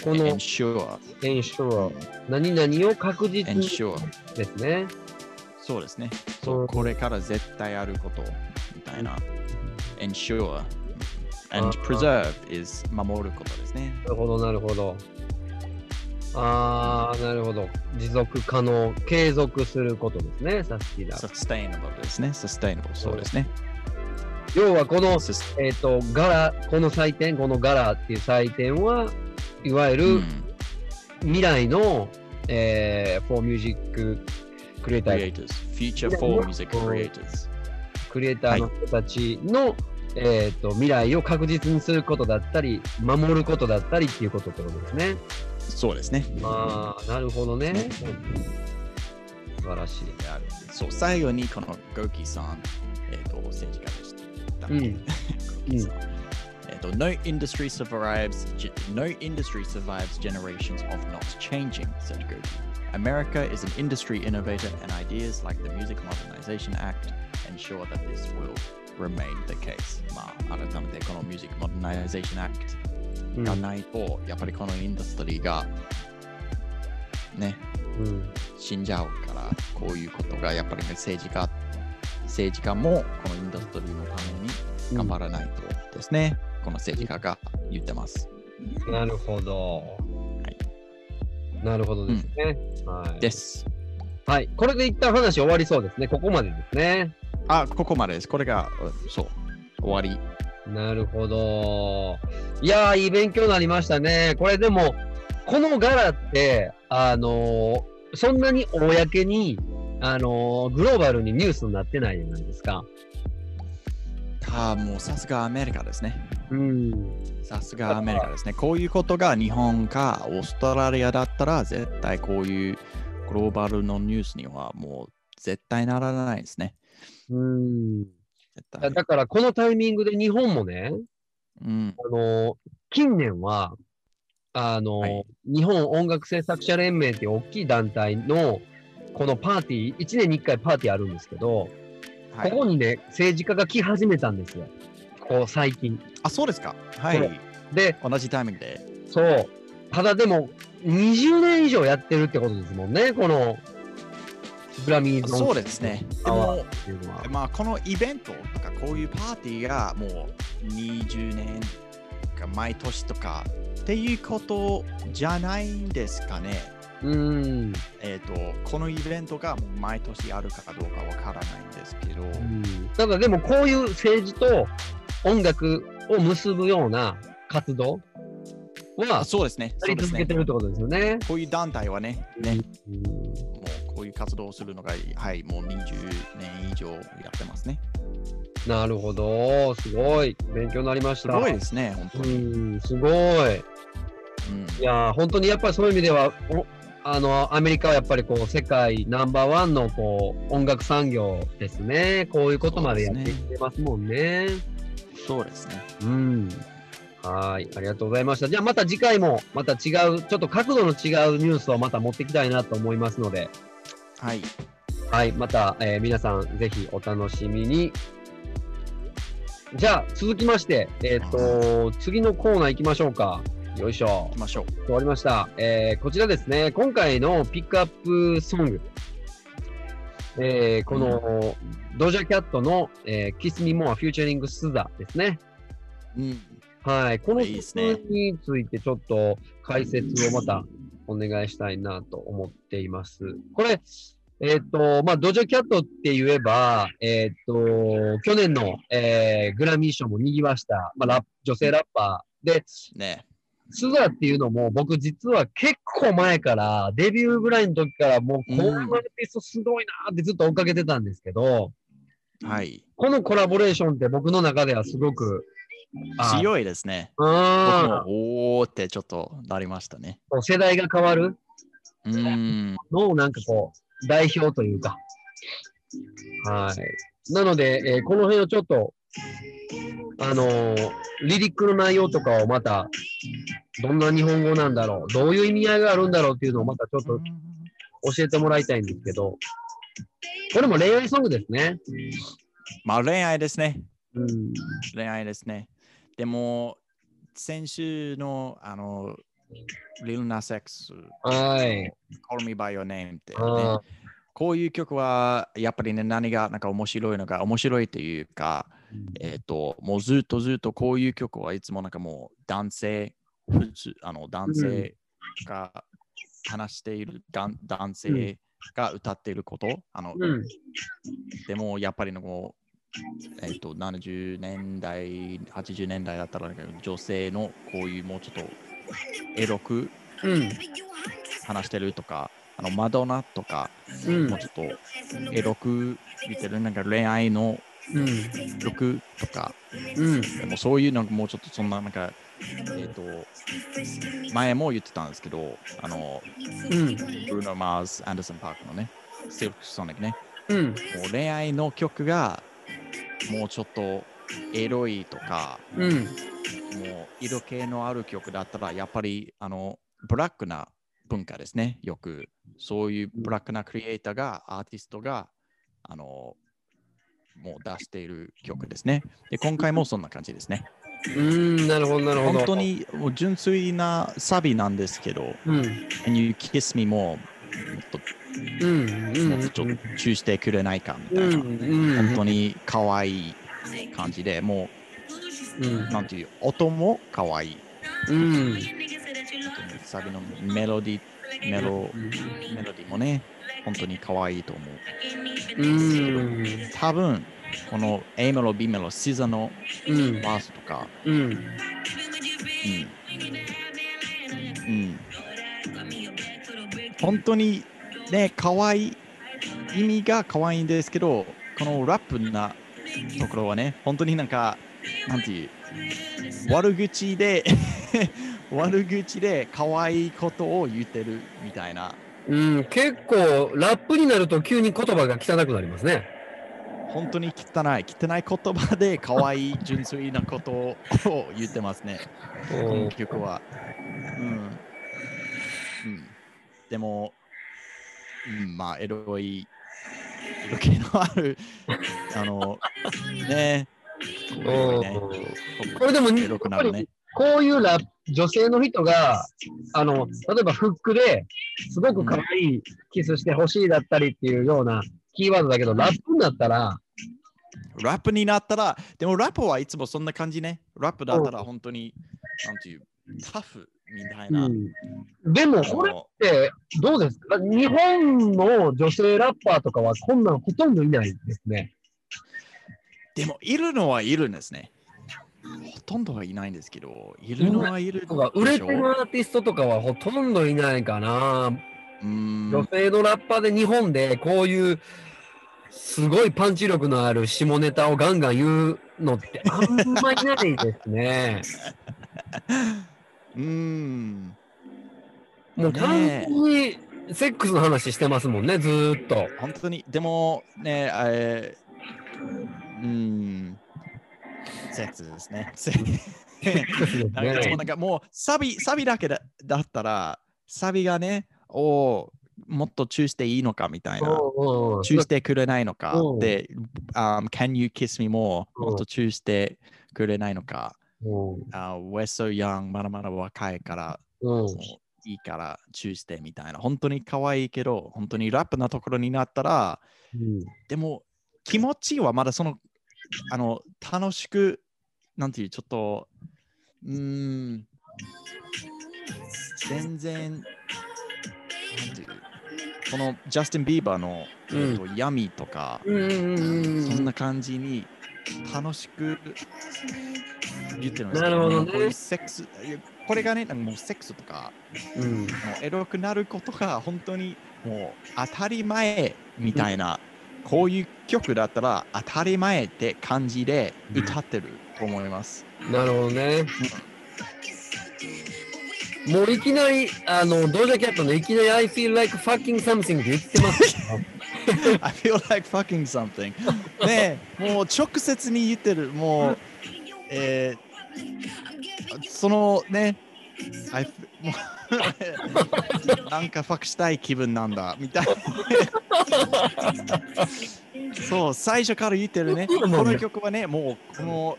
この ensure、 ensure 何々を確実に ensure、ですね。そうですね。そうう、んこれから絶対あることみたいな。ensure あ and ー preserve is 守ることですね。なるほど、なるほど。ああ、なるほど。持続可能、継続することですね、さっきだ。 sustainable ですね。sustainable そうですね。要はこの、 Sus- えっ、と、柄、この祭典、この柄っていう祭典は、いわゆうるん、未来の、えー、for music クリエイター、 creators future for music creators クリエイターの人たちの、えっ、と、未来を確実にすることだったり、守ることだったりっていうことってことですね。そうですね。ああ、なるほどね。素晴らしい。そう最後にこのゴキさん、えっ、と政治家でした。 うん。えっと、No industry survives. ge- No industry survives generations of not changing," said Goki. "America is an industry innovator, and ideas like the Music Modernization Act ensure that this will remain the case." まあ、改めてこの Music Modernization Act うんがないと、やっぱりこのインダストリーがね、うん死んじゃうからこういうことがやっぱりね政治家政治家もこのインダストリーのために頑張らないとですね、この政治家が言ってますなるほど。なるほどですね。はい。ですはい。これで一旦話終わりそうですね。ここまでですね。あここまでですこれがうんそう終わりなるほど。いやー、いい勉強になりましたね。これでも、この柄って、あのーそんなに公に、あのーグローバルにニュースになってないじゃないですか。あもうさすがアメリカですねうん。さすがアメリカですねこういうことが日本かオーストラリアだったら絶対こういうグローバルのニュースにはもう絶対ならないですね。うん。絶だ対。だから、このタイミングで日本もね、うん。あの、近年は、あの、はい日本音楽制作者連盟っていう大きい団体の、このパーティー、1年に1回パーティーあるんですけど、はいここにね、政治家が来始めたんですよ。こう、最近。あ、そうですか。はそうい。で、同じタイミングで。そう。ただでも、20年以上やってるってことですもんね、この、グラミーそうですね。でパワもー、っていうのは。まあ、このイベントとか、こういうパーティーがもう20年か毎年とかっていうことじゃないんですかね。うん。えっ、と、このイベントがもう毎年あるかどうかわからないんですけど、ただでも、こういう政治と音楽を結ぶような活動はあ、そうですね。そやうりです続けねて。るってことですよね。こういう団体はね、ね、うんもうこういう活動をするのが、はい、もう20年以上やってますね。なるほど。すごい。勉強になりましすた。ごいですね、本当うに。ん、すごい。うんいやー、本当にやっぱりそういう意味では、おあの、アメリカはやっぱりこう、世界ナンバーワンのこう、音楽産業ですね。こういうことまでやっていってますもんね。そうですね。うん。はい。ありがとうございました。じゃあまた次回も、また違う、ちょっと角度の違うニュースをまた持ってきたいなと思いますので、はい。はい。また、えー皆さん、ぜひお楽しみに。じゃあ、続きまして、えっ、と、次のコーナー行きましょうか。よいしょ行き。ましょう。終わりました。えーこちらですね、今回のピックアップソング。えーこの、ドジャキャットの、えー、Kiss Me More Featuring スザですね。うん。はい。このいいですね曲についてちょっと解説をまたお願いしたいなと思っています。これ、えっ、と、まあ、ドジャキャットって言えば、えっ、と、去年の、えーグラミー賞も賑わした、まあ、ラップ女性ラッパーで、ね。スザっていうのも、僕実は結構前から、デビューぐらいの時から、もうこのアーティストすごいなーってずっと追っかけてたんですけど、はい。このコラボレーションって僕の中ではすごく、あ強いですね。僕あもおーってちょっとなりましたね。ー世代が変わるうん。の、なんかこう、代表というか。はい。なので、えーこの辺をちょっと、あのーリリックの内容とかをまた、どんな日本語なんだろう、どういう意味合いがあるんだろうっていうのをまたちょっと教えてもらいたいんですけど、これも恋愛ソングですね。まあ恋愛ですね。うん。恋愛ですね。でも、先週の、あの、リルナセックス、はい。 Call Me By Your Name って、ね、あこういう曲はやっぱりね何がなんか面白いのが面白いというか、えっ、ともうずっとずっとこういう曲はいつもなんかもう男性普通あの男性が話している、がん男性が歌っていることあの、うん。でもやっぱりのこうえっ、と70年代80年代だったらなんか女性のこういうもうちょっとエロくうん。話してるとかあのマドンナとか、うんもうちょっとエロく見てるなんか恋愛のうん。曲とかうん。でもそういうのもうちょっとそんななんかえっ、と前も言ってたんですけどあのうん。ブルーノ・マーズ・アンダーソン・パークのねセルク・ソニックねうん。もう恋愛の曲がもうちょっとエロいとかうん。もう色気のある曲だったらやっぱりあのブラックな文化ですねよくそういうブラックなクリエイターがアーティストがあのもう出している曲ですねで今回もそんな感じですねうん。なるほど、なるほど。本当。にもう純粋なサビなんですけどうん。 「And you kiss me ももっとうん。うん。もうちょっと注意してくれないかみうたいん。な、うん。本当に可愛い感じでもうなんていう音も可愛いうん。サビのメロディメロメロディもね、本当に可愛いと思う。うん。多分この A メロ、B メロ、シザのうん。バースとか、うん。うん。うん、本当にね、可愛い意味が可愛いんですけど、このラップなところはね、本当になんか、なんていう、悪口 で悪口で可愛いことを言ってるみたいなうん、結構、ラップになると急に言葉が汚くなりますね。本当に汚い、汚い言葉で可愛い、純粋なことを言ってますね、この曲は。うん。うん、でも、うん、まあ、エロい、エロ系のある、あの、ねえ、こういうねこれでもエロくなるね。こういうラップ女性の人が、あの、例えばフックですごく可愛いキスしてほしいだったりっていうようなキーワードだけど、ラップになったら、ラップになったら、でもラップはいつもそんな感じね。ラップだったら本当に、なんていう、タフみたいな。うん、でも、あこれっのてどうですか日本の女性ラッパーとかはこんなんほとんどいないですね。でも、いるのはいるんですね。ほとんどはいないんですけど、いるのはいるでしょ。売れてるアーティストとかはほとんどいないかな。うーん女性のラッパーで日本でこういうすごいパンチ力のある下ネタをガンガン言うのってあんまりないです ね。うーん。もう完全にセックスの話してますもんね、ずーっと。本当に、でもね、えー、うーん。セックスです ね。セックスなんかいつもなんかもうサビサビだけだだったらサビがねおーもっとチューしていいのかみたいな。うんうんチューしてくれないのかうんで、あー Can you kiss me more? うんもっとチューしてくれないのかうんあ ?We're so young, まだまだ若いから、うんもういいからチューしてみたいな。本当に可愛いけど、本当にラップなところになったら、でも気持ちはまだその、あの、楽しく、なんていう、ちょっと、うーん、全然、なんていう、このジャスティン・ビーバーの、うんえっと闇とか、うんうんうんそんな感じに楽しく言ってるんですけなるほどねこういうセックスいやこれがね、なんかもうセックスとか、うんもうエロくなることが本当にもう当たり前みたいな、こういう曲だったら当たり前って感じで歌ってると思い ます。なるほどね。もういきなり、あの、ドージャキャットのいきなり I feel like fucking something って言ってますよ。 I feel like fucking something ねえもう直接に言ってるもう、えー、そのね I f- もうなんかファクしたい気分なんだみたいなそう最初から言ってるねそうこなんだの曲はねもうこの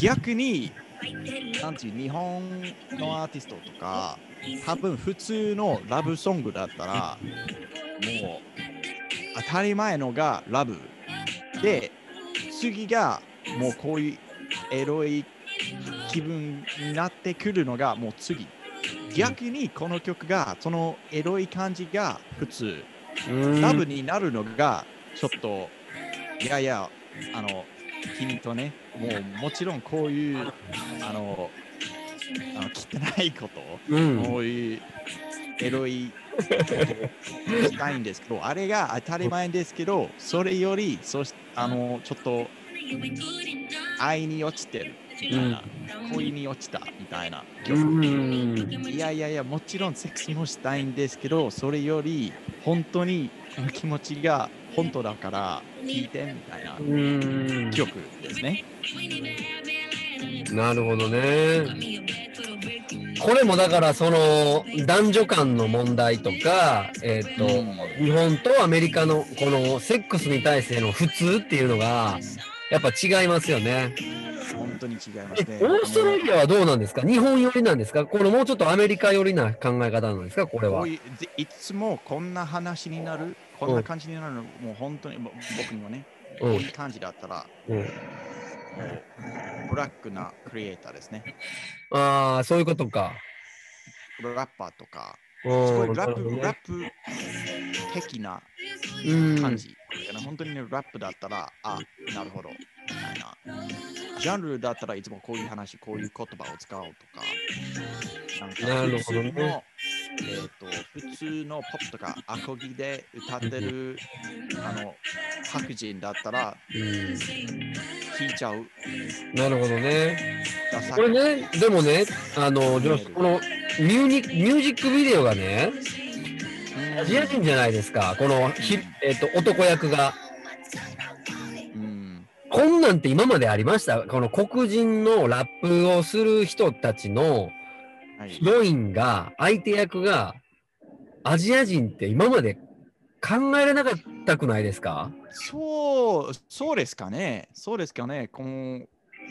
逆になんていう日本のアーティストとか多分普通のラブソングだったらもう当たり前のがラブで次がもうこういうエロい気分になってくるのがもう次逆にこの曲がそのエロい感じが普通うんラブになるのがちょっといやいやあの君とねもうもちろんこういうあのあの汚いことうんこういうエロいことをしたいんですけど、あれが当たり前ですけど、それより、そしあのちょっと愛に落ちてるみたいな、恋に落ちたみたいなう曲、んいやいやいや、もちろんセックスもしたいんですけど、それより本当にこの気持ちが本当だから聞いてみたいなうん曲ですね。なるほどね。これもだからその男女間の問題とか、えっ、と、日本とアメリカのこのセックスに対しての普通っていうのがやっぱ違いますよね。本当に違いますえね。オーストラリアはどうなんですか日本寄りなんですかこのもうちょっとアメリカ寄りな考え方なんですかこれこはう。いうでいつもこんな話になる、こんな感じになるの、もう本当にぼ僕にはね、うこういんう感じだったら、うん、もうブラックなクリエイターですね。ああそういうことか。ラッパーとか、うんすごいラなッるプ、ほどねラップ的なうん感じ。だから本当にね、ラップだったら、あ、なるほど。みたいな。ジャンルだったらいつもこういう話、こういう言葉を使おうとか。なんなかる普ほ通の、どねえーと、普通のポップとかアコギで歌ってる、あの、白人だったらう聞いちゃう。んなるほどね。ダサいこれね、でもね、あの、女子このミュージック、ミュージックビデオがね、うんジア人じゃないですか、このひ、えっと男役が。うん。こんなんって今までありましたこの黒人のラップをする人たちのはいヒ。ロインが、相手役が、アジア人って今まで考えられなかったくないですかそう、そうですかね。そうですかね。この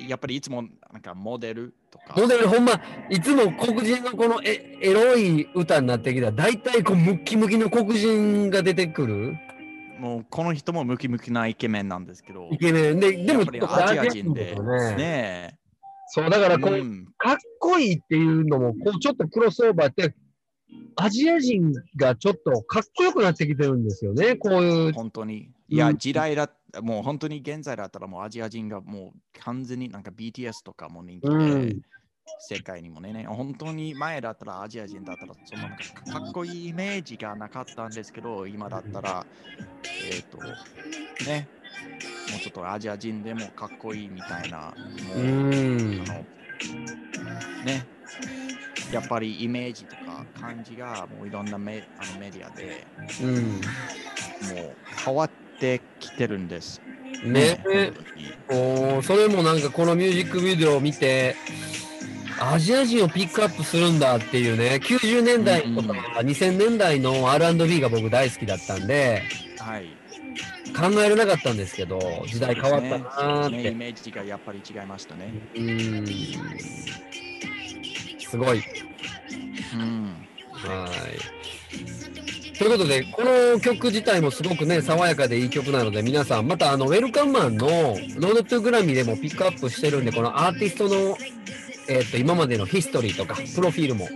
やっぱりいつもなんかモデルとか。モデルほんま、いつも黒人のこのエエロい歌になってきたら、大体こうムッキムキの黒人が出てくるもうこの人もムキムキなイケメンなんですけど。イケメンで、でやもっぱりアジア人で。ちょっとアジア人ですよね。ねそう、だかえ。らこう、うんかっこいいっていうのも、こうちょっとクロスオーバーって、アジア人がちょっとかっこよくなってきてるんですよね、こういう。本当に。いや、うん時代だ、もう本当に現在だったらもうアジア人がもう完全になんか BTS とかも人気で、うん世界にもね、本当に前だったらアジア人だったらそんななんかかっこいいイメージがなかったんですけど、今だったら、えっ、と、ね、もうちょっとアジア人でもかっこいいみたいな、もううんあのね、やっぱりイメージとか感じがもういろんなメあのメディアでもう変わってきてるんです。うん。ね。本当におーそれもなんかこのミュージックビデオを見て、アジア人をピックアップするんだっていうね、90年代とかうん2000年代の R&B が僕大好きだったんで、はい。考えられなかったんですけど、時代変わったなーそうですねそうですっねイて。メージがやっぱり違いましたね。うん。すごい。うん。はい。ということで、この曲自体もすごくね、爽やかでいい曲なので、皆さん、またあの、ウェルカムマンのロードトゥグラミーでもピックアップしてるんで、このアーティストの、えっ、と、今までのヒストリーとか、プロフィールも、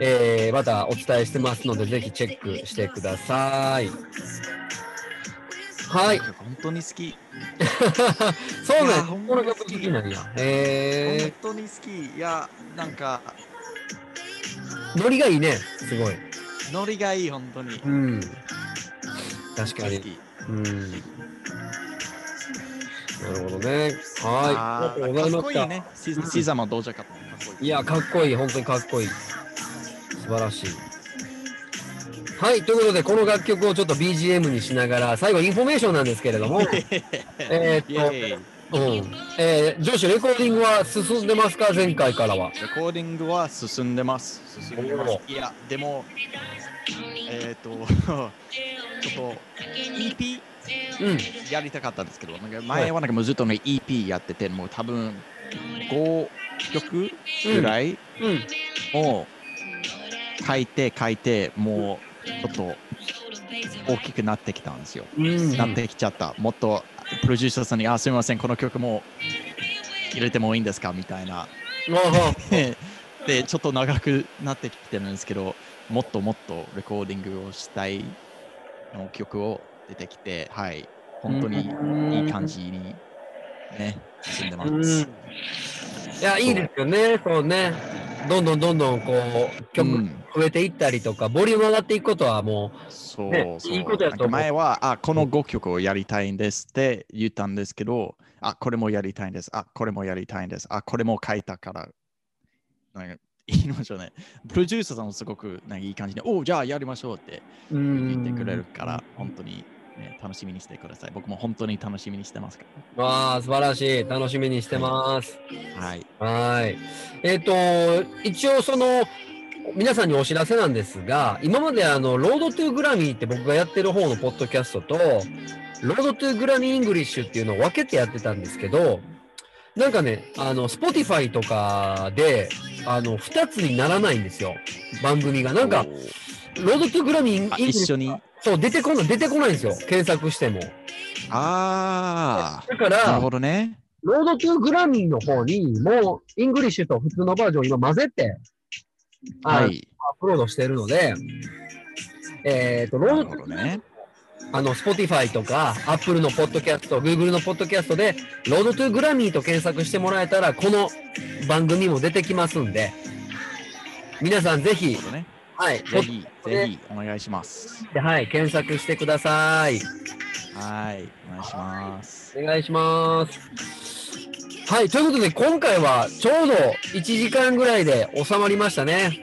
えーまたお伝えしてますので、ぜひチェックしてください。はい。本当に好き。そういやなんほんこまのに好曲き好きなんや。え本当に好き。いや、なんか、ー、ノリがいいね。すごい。ノリがいい、本当に。うん。確かに好。き。うん。なるほどね。はい。あありーがとうございまかっこしいた。いいね。シシザマどうじゃかと。かっこいい。や、かっこいい。本当にかっこいい。素晴らしい。はい。ということで、この楽曲をちょっと BGM にしながら、最後、インフォメーションなんですけれ ども、えイェイーっと、うん。えー、女子、レコーディングは進んでますか前回からは。レコーディングは進んでます。進んでまおす。いや、でも、えっ、と、 ちょっと EP うん。やりたかったんですけど、なんか前はなんかもうずっとね EP やってて、もう多分5曲ぐらいうん。を書いて書いて、もうちょっと大きくなってきたんですよ。うん。なってきちゃった。もっとプロデューサーさんに、あ、すみません、この曲も入れてもいいんですかみたいな。あはででちょっと長くなってきてるんですけどもっともっとレコーディングをしたいの曲を出てきてはい本当にいい感じにね進んでまうん。す、いや、いいですよね。そうね。どんどんどんどん、こう、曲、うん増えていったりとか、ボリューム上がっていくことはもそう、ねそういいことやなとん思かう前はあこの5曲をやりたいんですって言ったんですけどあこれもやりたいんですあこれもやりたいんですあこれも書いたからなんか言いましょうねプロデューサーさんもすごくなんかいい感じでおうじゃあやりましょうってう、言ってくれるから、本当に、ね、楽しみにしてください。僕も本当に楽しみにしてますかわあ、素晴らしい。楽しみにしてます。ら。はい。はい。えっ、と、一応その、皆さんにお知らせなんですが、今まであの、ロードトゥグラミーって僕がやってる方のポッドキャストと、ロードトゥグラミーイングリッシュっていうのを分けてやってたんですけど、なんかね、あの、Spotify とかで、あの、二つにならないんですよ。番組が。なんかお、ーロードトゥグラミーイングあリッ一シュ緒に。そう、出てこない、出てこないんですよ。検索しても。あだかあ、なるらほ、どね。ロードトゥグラミーの方に、もう、イングリッシュと普通のバージョンを今混ぜて、は。はいアップロードしてるので、えっ、と、なローるド、ほどね。あの、Spotify とか、Apple のポッドキャスト、Google のポッドキャストで、ロードトゥグラミーと検索してもらえたら、この番組も出てきますんで、皆さんぜなひるほ、どね。はい、ポぜッひ、ぜひ、お願いします。ではい、検索してください。はい。お願いします。お願いします。はい、ということで今回はちょうど1時間ぐらいで収まりましたね。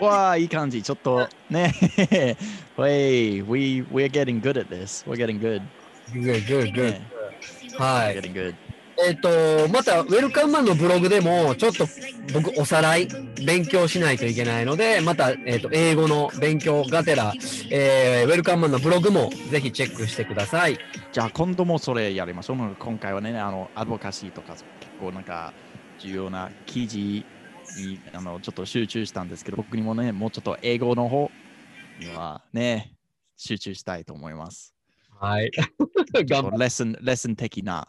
わあ、いい感じ。ちょっとね。Hey, we, we're getting good at this. We're getting good. Good, good, good. ねは We're い。 getting good. えっ、と、また、ウェルカムマンのブログでも、ちょっと僕、おさらい、勉強しないといけないので、また、えっ、と、英語の勉強がてら、えー、ウェルカムマンのブログも、ぜひチェックしてください。じゃあ今度もそれやりましょう。もう今回はね、あのアドボカシーとか結構なんか重要な記事にあのちょっと集中したんですけど、僕にもね、もうちょっと英語の方にはね、集中したいと思います。はい。ちょ 頑っ張とレッスン、レッスン的な。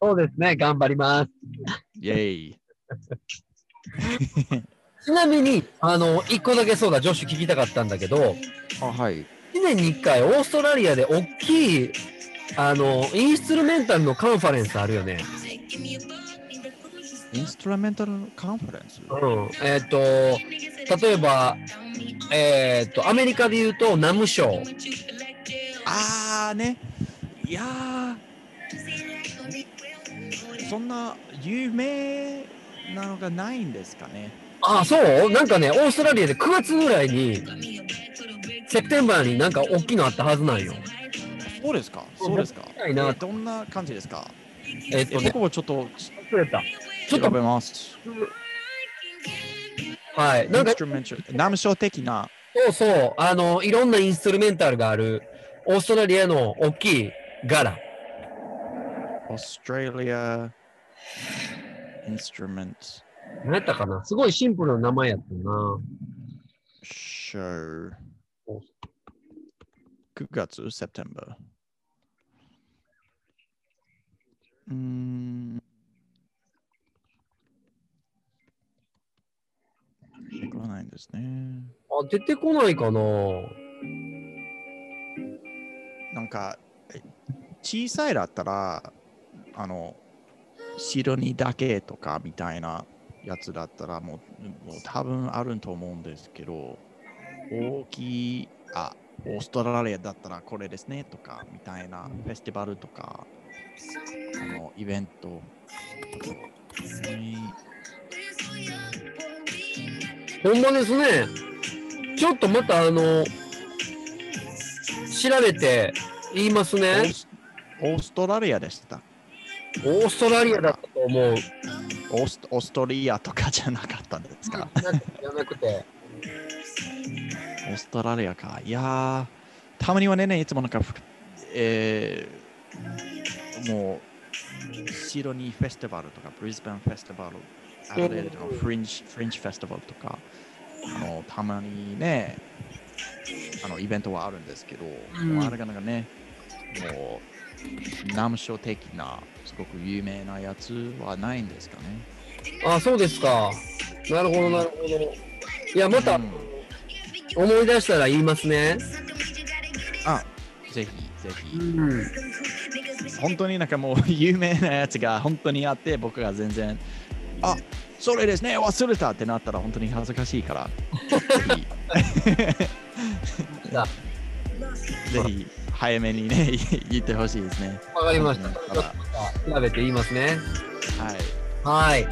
そうですね、頑張ります。イェイ。ちなみに、あの、一個だけそうだ、ジョッシュ聞きたかったんだけど、あ、はい。 1年に1回、オーストラリアで大きい、あの、インストゥルメンタルのカンファレンスあるよね。インストゥルメンタルカンファレンスうん。えっ、と、例えば、えっ、と、アメリカで言うと、ナムショー。あーね。いやー、そんな有名なのがないんですかね。あ、そうなんかね、オーストラリアで9月ぐらいに、セプテンバーになんか大きいのあったはずなんよ。そうですか、そうですか。ないなえどんな感じですかえっ、えとね僕、もちょっと忘れた。ちょ調っと、べます。はい。なんか、ナムショー的な。そうそう、あの、いろんなインストゥルメンタルがある、オーストラリアの大きい柄。 Australia Instrument 何やったかなすごいシンプルな名前やったな。 Show 9月 September うーん出てこないんですね。あ、出てこないかななんかえ小さいだったらあの白にだけとかみたいなやつだったらもうもう多分あると思うんですけど大きいあオーストラリアだったらこれですねとかみたいなフェスティバルとかあのイベントうんほんまですね。ちょっとまたあの、調べて言いますオーね。スオーストラリアでしたオーストラリアだったと 思う。オースオーストリアとかじゃなかったんですかなんかじゃなくて。オーストラリアか。いやー、たまにはね、いつもなんか、ふえー、もう、シドニーフェスティバルとか、ブリスベンフェスティバル、アドレードのフリンジフリンジフェスティバルとか、あのたまにね、あのイベントはあるんですけど、んもうあれがなんかね、もう、難所的な、すごく有名なやつはないんですかね。あ、そうですか。なるほど、なるほど。いや、またうん思い出したら言いますね。あ、ぜひ、ぜひ。うん。本当になんかもう有名なやつが本当にあって僕が全然あそれですね忘れたってなったら本当に恥ずかしいからぜ さひぜひ早めにね言ってほしいですねわかりました。うんちょっと調べて言いますね。はいはい。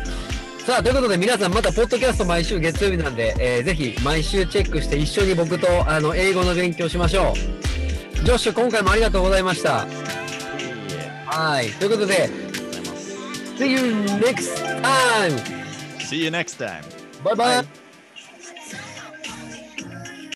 さあ、ということで皆さんまたポッドキャスト毎週月曜日なんで、えーぜひ毎週チェックして一緒に僕とあの英語の勉強しましょう。ジョッシュ、今回もありがとうございました。はい。ということで、See you next time! See you next time Bye bye!